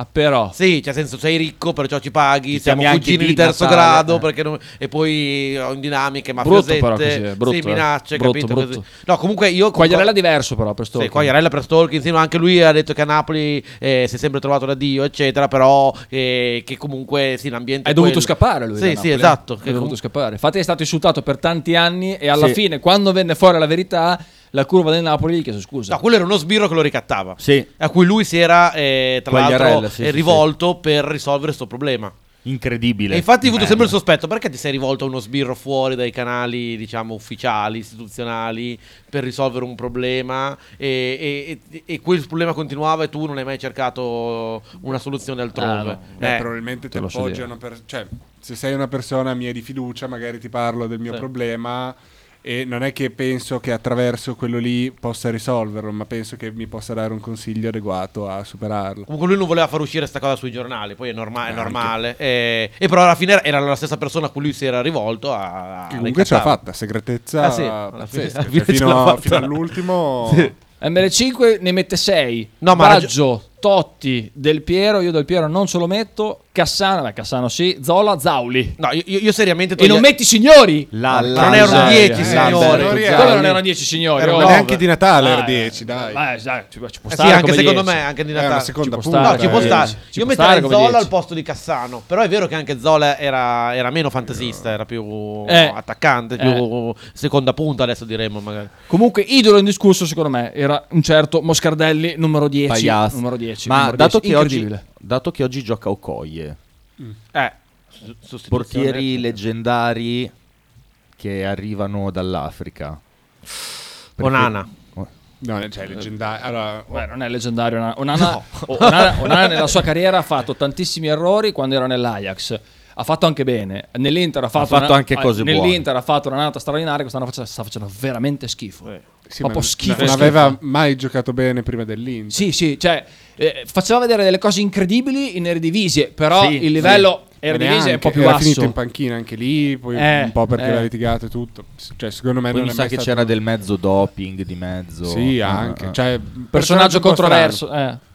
[SPEAKER 2] ah però
[SPEAKER 6] Sì, cioè senso sei ricco, perciò ci paghi,
[SPEAKER 3] Ti
[SPEAKER 6] siamo
[SPEAKER 3] chiami anche
[SPEAKER 6] cugini
[SPEAKER 3] di
[SPEAKER 6] di terzo
[SPEAKER 3] Natale,
[SPEAKER 6] grado,
[SPEAKER 3] eh.
[SPEAKER 6] perché non- e poi ho in dinamiche
[SPEAKER 2] Brutto però
[SPEAKER 6] mafiosette,
[SPEAKER 2] così, è brutto,
[SPEAKER 6] sì,
[SPEAKER 2] eh.
[SPEAKER 6] minacce,
[SPEAKER 2] Brutto,
[SPEAKER 6] capito?
[SPEAKER 2] brutto.
[SPEAKER 6] Così. No, comunque io...
[SPEAKER 2] Quagliarella è diverso però per
[SPEAKER 6] Sì,
[SPEAKER 2] stalking.
[SPEAKER 6] Quagliarella per stalking, sì, no, anche lui ha detto che a Napoli eh, si è sempre trovato da Dio, eccetera, però eh, che comunque sì, l'ambiente...
[SPEAKER 2] È dovuto
[SPEAKER 6] quello.
[SPEAKER 2] scappare lui. da
[SPEAKER 6] Sì, sì,
[SPEAKER 2] Napoli, eh?
[SPEAKER 6] esatto.
[SPEAKER 2] È
[SPEAKER 6] che
[SPEAKER 2] dovuto
[SPEAKER 6] com-
[SPEAKER 2] scappare. Infatti è stato insultato per tanti anni e alla
[SPEAKER 3] Sì.
[SPEAKER 2] fine, quando venne fuori la verità, la curva del Napoli gli chiese scusa.
[SPEAKER 6] No, quello era uno sbirro che lo ricattava.
[SPEAKER 3] Sì,
[SPEAKER 6] A cui lui si era, eh, tra l'altro,
[SPEAKER 3] Quagliarella, sì,
[SPEAKER 6] eh,
[SPEAKER 3] sì,
[SPEAKER 6] rivolto per risolvere sto problema.
[SPEAKER 3] incredibile.
[SPEAKER 6] E infatti ho avuto
[SPEAKER 3] Bello.
[SPEAKER 6] sempre il sospetto, perché ti sei rivolto a uno sbirro fuori dai canali, diciamo, ufficiali, istituzionali, per risolvere un problema e, e- e- e quel problema continuava e tu non hai mai cercato una soluzione
[SPEAKER 2] Ah,
[SPEAKER 6] altrove.
[SPEAKER 2] no.
[SPEAKER 4] Beh,
[SPEAKER 6] Eh,
[SPEAKER 4] probabilmente ti
[SPEAKER 2] te lo so
[SPEAKER 4] appoggiano.
[SPEAKER 2] dire.
[SPEAKER 4] Per, cioè, se sei una persona mia di fiducia, magari ti parlo del mio
[SPEAKER 6] Sì.
[SPEAKER 4] problema. E non è che penso che attraverso quello lì possa risolverlo, ma penso che mi possa dare un consiglio adeguato a superarlo.
[SPEAKER 6] Comunque lui non voleva far uscire sta cosa sui giornali, poi è, norma- è normale. eh, e però alla fine era la stessa persona a cui lui si era rivolto a...
[SPEAKER 2] Ah,
[SPEAKER 6] a-
[SPEAKER 4] Che comunque ce l'ha
[SPEAKER 6] ricattare.
[SPEAKER 4] fatta, segretezza
[SPEAKER 6] Ah, sì, alla
[SPEAKER 4] pazzesca.
[SPEAKER 6] fine- alla fine
[SPEAKER 4] Cioè,
[SPEAKER 6] ce
[SPEAKER 4] fino,
[SPEAKER 6] l'ha fatta.
[SPEAKER 4] fino all'ultimo,
[SPEAKER 2] ML5 ne mette 6.
[SPEAKER 6] No, ma raggi-
[SPEAKER 2] Baggio, Totti, Del Piero. Io Del Piero non ce lo metto. Cassano, beh, Cassano sì. Zola, Zauli.
[SPEAKER 6] No, io, io- io seriamente...
[SPEAKER 2] E non
[SPEAKER 6] toglie-
[SPEAKER 2] metti signori.
[SPEAKER 3] La-
[SPEAKER 6] Non
[SPEAKER 3] la-
[SPEAKER 6] erano
[SPEAKER 3] la-
[SPEAKER 6] 10,
[SPEAKER 3] la-
[SPEAKER 6] signore.
[SPEAKER 3] la-
[SPEAKER 4] Signori,
[SPEAKER 2] Come
[SPEAKER 4] Zauli.
[SPEAKER 2] non erano 10 signori?
[SPEAKER 4] Eh, Erano
[SPEAKER 2] Oh,
[SPEAKER 4] neanche
[SPEAKER 2] beh.
[SPEAKER 4] di Natale era
[SPEAKER 2] eh,
[SPEAKER 4] 10, dai.
[SPEAKER 2] eh, dai, ci, ci può
[SPEAKER 6] Eh
[SPEAKER 2] stare
[SPEAKER 6] sì, anche
[SPEAKER 2] come Eh,
[SPEAKER 6] secondo
[SPEAKER 2] 10.
[SPEAKER 6] me, anche di
[SPEAKER 4] è una
[SPEAKER 6] Natale.
[SPEAKER 4] seconda
[SPEAKER 2] Ci può
[SPEAKER 4] punta.
[SPEAKER 2] stare,
[SPEAKER 6] No, ci può
[SPEAKER 2] eh,
[SPEAKER 6] stare.
[SPEAKER 2] sì, ci
[SPEAKER 6] Io
[SPEAKER 2] può stare
[SPEAKER 6] metterei
[SPEAKER 2] come
[SPEAKER 6] Zola
[SPEAKER 2] dieci.
[SPEAKER 6] al posto di Cassano. Però è vero che anche Zola era, era meno fantasista, era più
[SPEAKER 2] Eh.
[SPEAKER 6] attaccante, più
[SPEAKER 2] Eh.
[SPEAKER 6] seconda punta, adesso diremmo magari.
[SPEAKER 2] Comunque, idolo indiscusso, secondo me, era un certo Moscardelli, numero 10.
[SPEAKER 3] Paias.
[SPEAKER 2] Numero 10.
[SPEAKER 3] Ma
[SPEAKER 2] numero
[SPEAKER 3] dato,
[SPEAKER 2] 10,
[SPEAKER 3] che oggi,
[SPEAKER 2] incredibile.
[SPEAKER 3] dato che oggi gioca Okoye,
[SPEAKER 6] Eh.
[SPEAKER 3] portieri leggendari che arrivano dall'Africa.
[SPEAKER 6] Onana.
[SPEAKER 4] No, cioè, leggendario. Allora,
[SPEAKER 2] Beh, non è leggendario. Onana, Onana, Onana- Onana nella sua carriera ha fatto tantissimi errori quando era nell'Ajax. Ha fatto anche bene. Nell'Inter ha fatto, ah,
[SPEAKER 3] fatto anche cose buone.
[SPEAKER 2] Nell'Inter ha fatto una nata straordinaria. Quest'anno face- sta facendo veramente schifo.
[SPEAKER 4] Eh, sì,
[SPEAKER 2] Proprio
[SPEAKER 4] ma
[SPEAKER 2] schifo.
[SPEAKER 4] Non
[SPEAKER 2] schifo.
[SPEAKER 4] aveva mai giocato bene prima dell'Inter.
[SPEAKER 2] Sì, sì, cioè, eh, faceva vedere delle cose incredibili in Eredivisie, però
[SPEAKER 3] Sì,
[SPEAKER 2] il livello Eredivisie
[SPEAKER 4] divisa
[SPEAKER 2] è un po' più
[SPEAKER 4] era
[SPEAKER 2] basso.
[SPEAKER 4] finito in panchina anche lì, poi
[SPEAKER 2] Eh,
[SPEAKER 4] un po' perché
[SPEAKER 2] eh.
[SPEAKER 4] aveva litigato e tutto. S- Cioè, secondo me
[SPEAKER 3] Poi
[SPEAKER 4] non
[SPEAKER 3] mi
[SPEAKER 4] è
[SPEAKER 3] sa
[SPEAKER 4] mai
[SPEAKER 3] che
[SPEAKER 4] stato-
[SPEAKER 3] c'era del mezzo doping di mezzo.
[SPEAKER 4] Sì,
[SPEAKER 3] Ah,
[SPEAKER 4] anche.
[SPEAKER 3] ah.
[SPEAKER 4] Cioè, un
[SPEAKER 2] personaggio
[SPEAKER 4] un po' eh,
[SPEAKER 2] controverso. eh.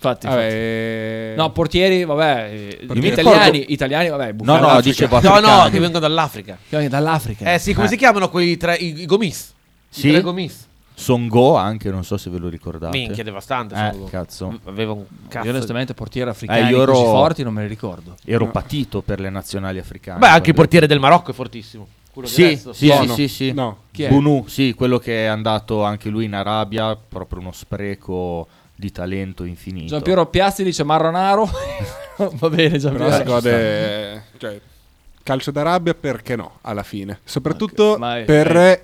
[SPEAKER 2] Infatti,
[SPEAKER 4] strano.
[SPEAKER 2] infatti.
[SPEAKER 4] Vabbè,
[SPEAKER 2] no, portieri, vabbè, eh,
[SPEAKER 3] Portieri.
[SPEAKER 2] italiani, italiani, vabbè,
[SPEAKER 3] No,
[SPEAKER 2] Buffon,
[SPEAKER 3] no,
[SPEAKER 2] Africa.
[SPEAKER 3] dicevo
[SPEAKER 6] No, no,
[SPEAKER 3] africani.
[SPEAKER 6] che vengono dall'Africa.
[SPEAKER 2] Pioni dall'Africa.
[SPEAKER 6] Eh sì, come
[SPEAKER 3] Eh.
[SPEAKER 6] si chiamano quei tre, i, i gomis?
[SPEAKER 3] Sì?
[SPEAKER 6] I tre gomis.
[SPEAKER 3] Songo anche, non so se ve lo ricordate.
[SPEAKER 6] Minchia, devastante.
[SPEAKER 3] Eh,
[SPEAKER 6] sono-
[SPEAKER 3] cazzo.
[SPEAKER 6] Aveva un
[SPEAKER 2] Io
[SPEAKER 6] cazzo. di-
[SPEAKER 2] onestamente portieri africani
[SPEAKER 3] Eh, io ero-
[SPEAKER 2] così forti non me li ricordo.
[SPEAKER 3] Ero patito per le nazionali africane.
[SPEAKER 6] Beh, anche il
[SPEAKER 3] quando-
[SPEAKER 6] portiere del Marocco è fortissimo. Quello di
[SPEAKER 3] Sì,
[SPEAKER 6] adesso.
[SPEAKER 3] sì, sì,
[SPEAKER 4] Bono.
[SPEAKER 3] sì, sì.
[SPEAKER 4] No.
[SPEAKER 2] Chi è?
[SPEAKER 3] Bunu, sì, quello che è andato anche lui in Arabia, proprio uno spreco di talento infinito.
[SPEAKER 2] Giampiero Piazzi dice Marronaro. Va bene,
[SPEAKER 4] Però si
[SPEAKER 2] Giampiero.
[SPEAKER 4] gode... Cioè, calcio d'Arabia perché no, alla fine. Soprattutto
[SPEAKER 2] Ma è-
[SPEAKER 4] per...
[SPEAKER 2] eh.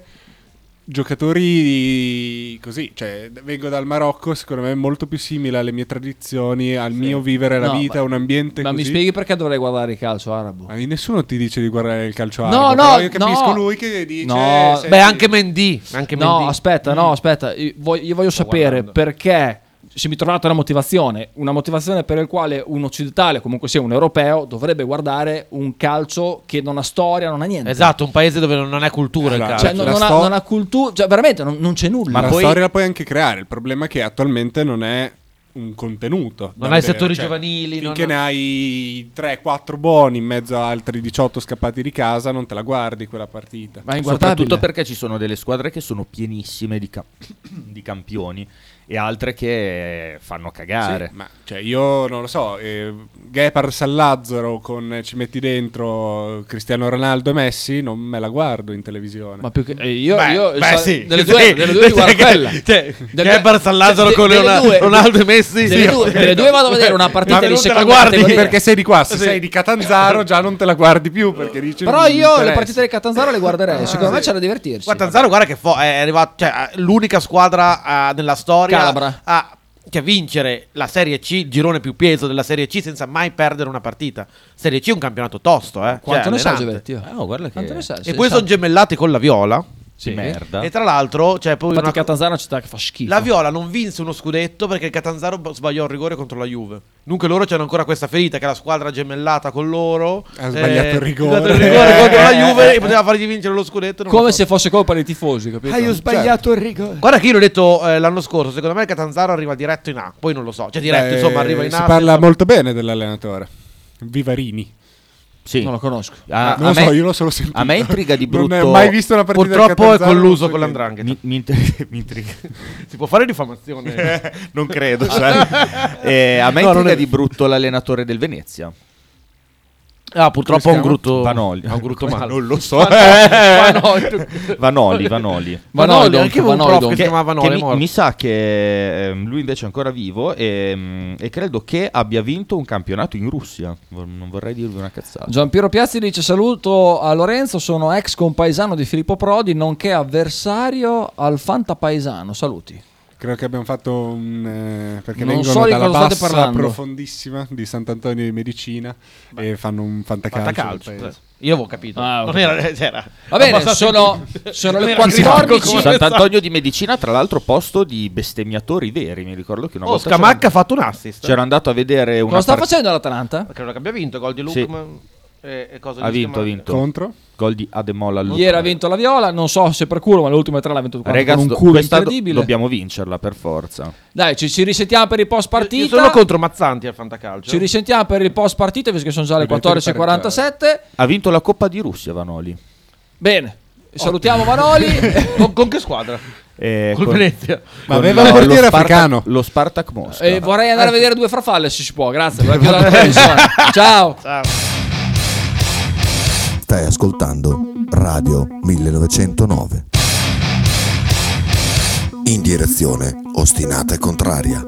[SPEAKER 4] Giocatori così, cioè vengo dal Marocco, secondo me è molto più simile alle mie tradizioni, al mio vivere la
[SPEAKER 2] No,
[SPEAKER 4] vita,
[SPEAKER 2] ma-
[SPEAKER 4] un ambiente
[SPEAKER 2] Ma
[SPEAKER 4] così.
[SPEAKER 2] mi spieghi perché dovrei guardare il calcio arabo?
[SPEAKER 4] Ma nessuno ti dice di guardare il calcio
[SPEAKER 2] No,
[SPEAKER 4] arabo,
[SPEAKER 2] no,
[SPEAKER 4] però io capisco
[SPEAKER 2] no.
[SPEAKER 4] lui che dice eh,
[SPEAKER 2] No,
[SPEAKER 4] "Senti,
[SPEAKER 6] Beh, anche Mendy. Anche
[SPEAKER 2] No,
[SPEAKER 6] Mendy.
[SPEAKER 2] aspetta, no, aspetta. Io voglio, io voglio sapere
[SPEAKER 6] guardando.
[SPEAKER 2] perché se mi trovate una motivazione, una motivazione per la quale un occidentale, comunque sia un europeo, dovrebbe guardare un calcio che non ha storia, non ha niente.
[SPEAKER 6] Esatto, un paese dove non non è
[SPEAKER 3] Eh,
[SPEAKER 6] cultura il
[SPEAKER 4] Allora,
[SPEAKER 6] calcio.
[SPEAKER 2] Cioè, non,
[SPEAKER 4] La
[SPEAKER 2] non ha,
[SPEAKER 4] sto-
[SPEAKER 2] cultura, cioè veramente non, non c'è nulla.
[SPEAKER 4] Ma
[SPEAKER 3] Ma
[SPEAKER 4] la
[SPEAKER 3] poi-
[SPEAKER 4] storia la puoi anche creare. Il problema è che attualmente non è un contenuto.
[SPEAKER 6] Non
[SPEAKER 4] davvero,
[SPEAKER 6] hai settori giovanili, non-
[SPEAKER 4] Finché ne hai 3-4 buoni in mezzo a altri 18 scappati di casa, non te la guardi quella partita.
[SPEAKER 2] Ma è inguardabile.
[SPEAKER 3] Soprattutto perché ci sono delle squadre che sono pienissime di, ca- di campioni e altre che fanno cagare.
[SPEAKER 4] Sì, ma cioè, io non lo so, eh, Gepar Sallazaro con eh, ci metti dentro Cristiano Ronaldo e Messi, non me la guardo in televisione.
[SPEAKER 2] Ma più che eh, io,
[SPEAKER 6] Beh,
[SPEAKER 2] io
[SPEAKER 6] beh,
[SPEAKER 2] so-
[SPEAKER 6] sì.
[SPEAKER 2] delle due,
[SPEAKER 6] Sì.
[SPEAKER 2] delle due mi guardo
[SPEAKER 6] Cioè,
[SPEAKER 2] quella.
[SPEAKER 6] cioè,
[SPEAKER 2] Delle-
[SPEAKER 6] Gepard, San Lazzaro
[SPEAKER 2] de-
[SPEAKER 6] con
[SPEAKER 2] delle
[SPEAKER 6] Leonardo-
[SPEAKER 2] due-
[SPEAKER 6] Ronaldo e Messi,
[SPEAKER 2] Delle
[SPEAKER 6] sì,
[SPEAKER 2] due,
[SPEAKER 6] ok.
[SPEAKER 2] delle due vado a vedere una partita
[SPEAKER 6] Ma
[SPEAKER 2] di
[SPEAKER 6] non te la
[SPEAKER 2] seconda
[SPEAKER 6] guardi,
[SPEAKER 2] categoria.
[SPEAKER 4] perché sei di qua, se
[SPEAKER 6] Sì.
[SPEAKER 4] sei di Catanzaro già non te la guardi più perché dici
[SPEAKER 2] Però
[SPEAKER 4] "Non mi
[SPEAKER 2] io le
[SPEAKER 4] interessa".
[SPEAKER 2] partite del Catanzaro le guarderei. Secondo me c'è da divertirsi.
[SPEAKER 6] Ah, Guarda, Tanzaro, guarda che fo- è arrivato, cioè, eh, l'unica squadra ah, nella storia
[SPEAKER 2] Calabra.
[SPEAKER 6] a che a vincere la Serie C, il girone più peso della Serie C, senza mai perdere una partita. Serie C è un campionato tosto, eh.
[SPEAKER 2] Quanto
[SPEAKER 6] Cioè,
[SPEAKER 2] ne sa Giovetti?
[SPEAKER 6] allenante.
[SPEAKER 2] oh?
[SPEAKER 3] Ah, oh, guarda che-
[SPEAKER 2] Quanto ne sa?
[SPEAKER 6] E poi sono gemellati con la Viola.
[SPEAKER 2] sì.
[SPEAKER 3] Di merda.
[SPEAKER 6] E tra l'altro, cioè, poi
[SPEAKER 2] Infatti
[SPEAKER 6] una-
[SPEAKER 2] Catanzaro è una città che fa schifo.
[SPEAKER 6] la Viola non vinse uno scudetto perché il Catanzaro b- sbagliò il rigore contro la Juve. Dunque loro c'hanno ancora questa ferita che è la squadra gemellata con loro. Eh,
[SPEAKER 4] Ha sbagliato il rigore.
[SPEAKER 6] ha dato il rigore contro la Juve e poteva fargli vincere lo scudetto. non l'ha
[SPEAKER 2] Come
[SPEAKER 6] fatto.
[SPEAKER 2] se fosse colpa dei tifosi, capito?
[SPEAKER 3] sbagliato il rigore.
[SPEAKER 6] Guarda che io l'ho detto eh, l'anno scorso, secondo me il Catanzaro arriva diretto in A, poi non lo so, cioè diretto
[SPEAKER 4] Beh,
[SPEAKER 6] insomma arriva in A.
[SPEAKER 4] Eh, Si parla
[SPEAKER 6] senza-
[SPEAKER 4] molto bene dell'allenatore. Vivarini.
[SPEAKER 3] Sì.
[SPEAKER 2] Non lo conosco.
[SPEAKER 3] Ah, A,
[SPEAKER 4] non
[SPEAKER 3] a
[SPEAKER 4] lo
[SPEAKER 3] me,
[SPEAKER 4] so, io l'ho solo sentito.
[SPEAKER 3] a me intriga di brutto.
[SPEAKER 4] Non ho mai visto una partita del
[SPEAKER 6] Purtroppo è
[SPEAKER 4] Catanzaro,
[SPEAKER 6] colluso
[SPEAKER 4] non so
[SPEAKER 6] con
[SPEAKER 4] chi-
[SPEAKER 6] l'andrangheta.
[SPEAKER 3] Mi, mi intriga- mi intriga.
[SPEAKER 6] Si può fare diffamazione.
[SPEAKER 3] non credo. sai. Eh, a me
[SPEAKER 6] No, non
[SPEAKER 3] intriga
[SPEAKER 6] è-
[SPEAKER 3] di brutto l'allenatore del Venezia.
[SPEAKER 6] ah, purtroppo
[SPEAKER 4] Come
[SPEAKER 6] ha
[SPEAKER 4] si
[SPEAKER 6] un
[SPEAKER 4] chiama?
[SPEAKER 6] brutto
[SPEAKER 3] Vanoli.
[SPEAKER 6] ha un brutto
[SPEAKER 3] Ma
[SPEAKER 6] male.
[SPEAKER 3] non lo so.
[SPEAKER 6] Vanoli.
[SPEAKER 3] Vanoli, Vanoli.
[SPEAKER 6] Vanoli,
[SPEAKER 2] Vanoli,
[SPEAKER 6] anche un
[SPEAKER 2] Vanoli,
[SPEAKER 6] prof che si
[SPEAKER 2] Che-
[SPEAKER 6] chiamava Vanoli, è
[SPEAKER 3] mi,
[SPEAKER 6] morto.
[SPEAKER 3] mi sa che ehm, lui invece è ancora vivo e, mm, e credo che abbia vinto un campionato in Russia. Vor- Non vorrei dirvi una cazzata.
[SPEAKER 2] Giampiero Piazzi dice saluto a Lorenzo, sono ex compaesano di Filippo Prodi, nonché avversario al Fantapaesano. Saluti.
[SPEAKER 4] Credo che abbiamo fatto un... eh, perché
[SPEAKER 2] Non
[SPEAKER 4] vengono
[SPEAKER 2] so di
[SPEAKER 4] dalla
[SPEAKER 2] cosa state
[SPEAKER 4] bassa
[SPEAKER 2] parlando.
[SPEAKER 4] profondissima di Sant'Antonio di Medicina e fanno un fantacalcio.
[SPEAKER 6] Fantacalcio.
[SPEAKER 4] del paese.
[SPEAKER 6] cioè, Io avevo capito.
[SPEAKER 2] Ah,
[SPEAKER 6] non
[SPEAKER 2] ok.
[SPEAKER 6] era eh, c'era.
[SPEAKER 2] Va bene,
[SPEAKER 6] Abbastanza-
[SPEAKER 2] sono, sono
[SPEAKER 6] Non
[SPEAKER 2] le
[SPEAKER 6] era arrivato
[SPEAKER 2] 14.
[SPEAKER 6] come-
[SPEAKER 3] Sant'Antonio di Medicina, tra l'altro, posto di bestemmiatori veri. Mi ricordo che una
[SPEAKER 6] Oh,
[SPEAKER 3] volta
[SPEAKER 6] Scamacca ha
[SPEAKER 3] c'ero,
[SPEAKER 6] fatto un assist.
[SPEAKER 3] c'ero andato a vedere una
[SPEAKER 2] Cosa sta
[SPEAKER 3] part-
[SPEAKER 2] facendo l'Atalanta?
[SPEAKER 6] Credo che abbia vinto gol di
[SPEAKER 3] Sì.
[SPEAKER 6] Lukman e, e cosa
[SPEAKER 3] Ha
[SPEAKER 6] di
[SPEAKER 3] vinto, ha
[SPEAKER 6] Scamacca.
[SPEAKER 3] vinto.
[SPEAKER 4] Contro?
[SPEAKER 3] Gol di Ademola Luca.
[SPEAKER 2] Ieri ha vinto la Viola, non so se per culo, ma l'ultima tre l'ha vinto quattro
[SPEAKER 3] Ragazzi,
[SPEAKER 2] con un culo
[SPEAKER 3] questa do-
[SPEAKER 2] incredibile.
[SPEAKER 3] dobbiamo vincerla per forza.
[SPEAKER 2] Dai, ci, ci risentiamo per il post partita.
[SPEAKER 6] Io sono contro Mazzanti al fantacalcio.
[SPEAKER 2] Ci risentiamo per il post partita, visto che sono già le
[SPEAKER 4] Dobbiamo
[SPEAKER 2] 14.47.
[SPEAKER 3] Ha vinto la Coppa di Russia Vanoli.
[SPEAKER 2] Bene, salutiamo Manoli.
[SPEAKER 6] con, con che squadra?
[SPEAKER 3] Eh,
[SPEAKER 6] Col Venezia.
[SPEAKER 4] Ma aveva un
[SPEAKER 3] lo
[SPEAKER 4] portiere
[SPEAKER 3] Spartak-
[SPEAKER 4] africano.
[SPEAKER 3] Lo Spartak Mosca.
[SPEAKER 2] E vorrei andare a vedere due farfalle se si può, grazie. perché ho dato permissione. Ciao.
[SPEAKER 1] Stai ascoltando Radio 1909. In direzione ostinata e contraria.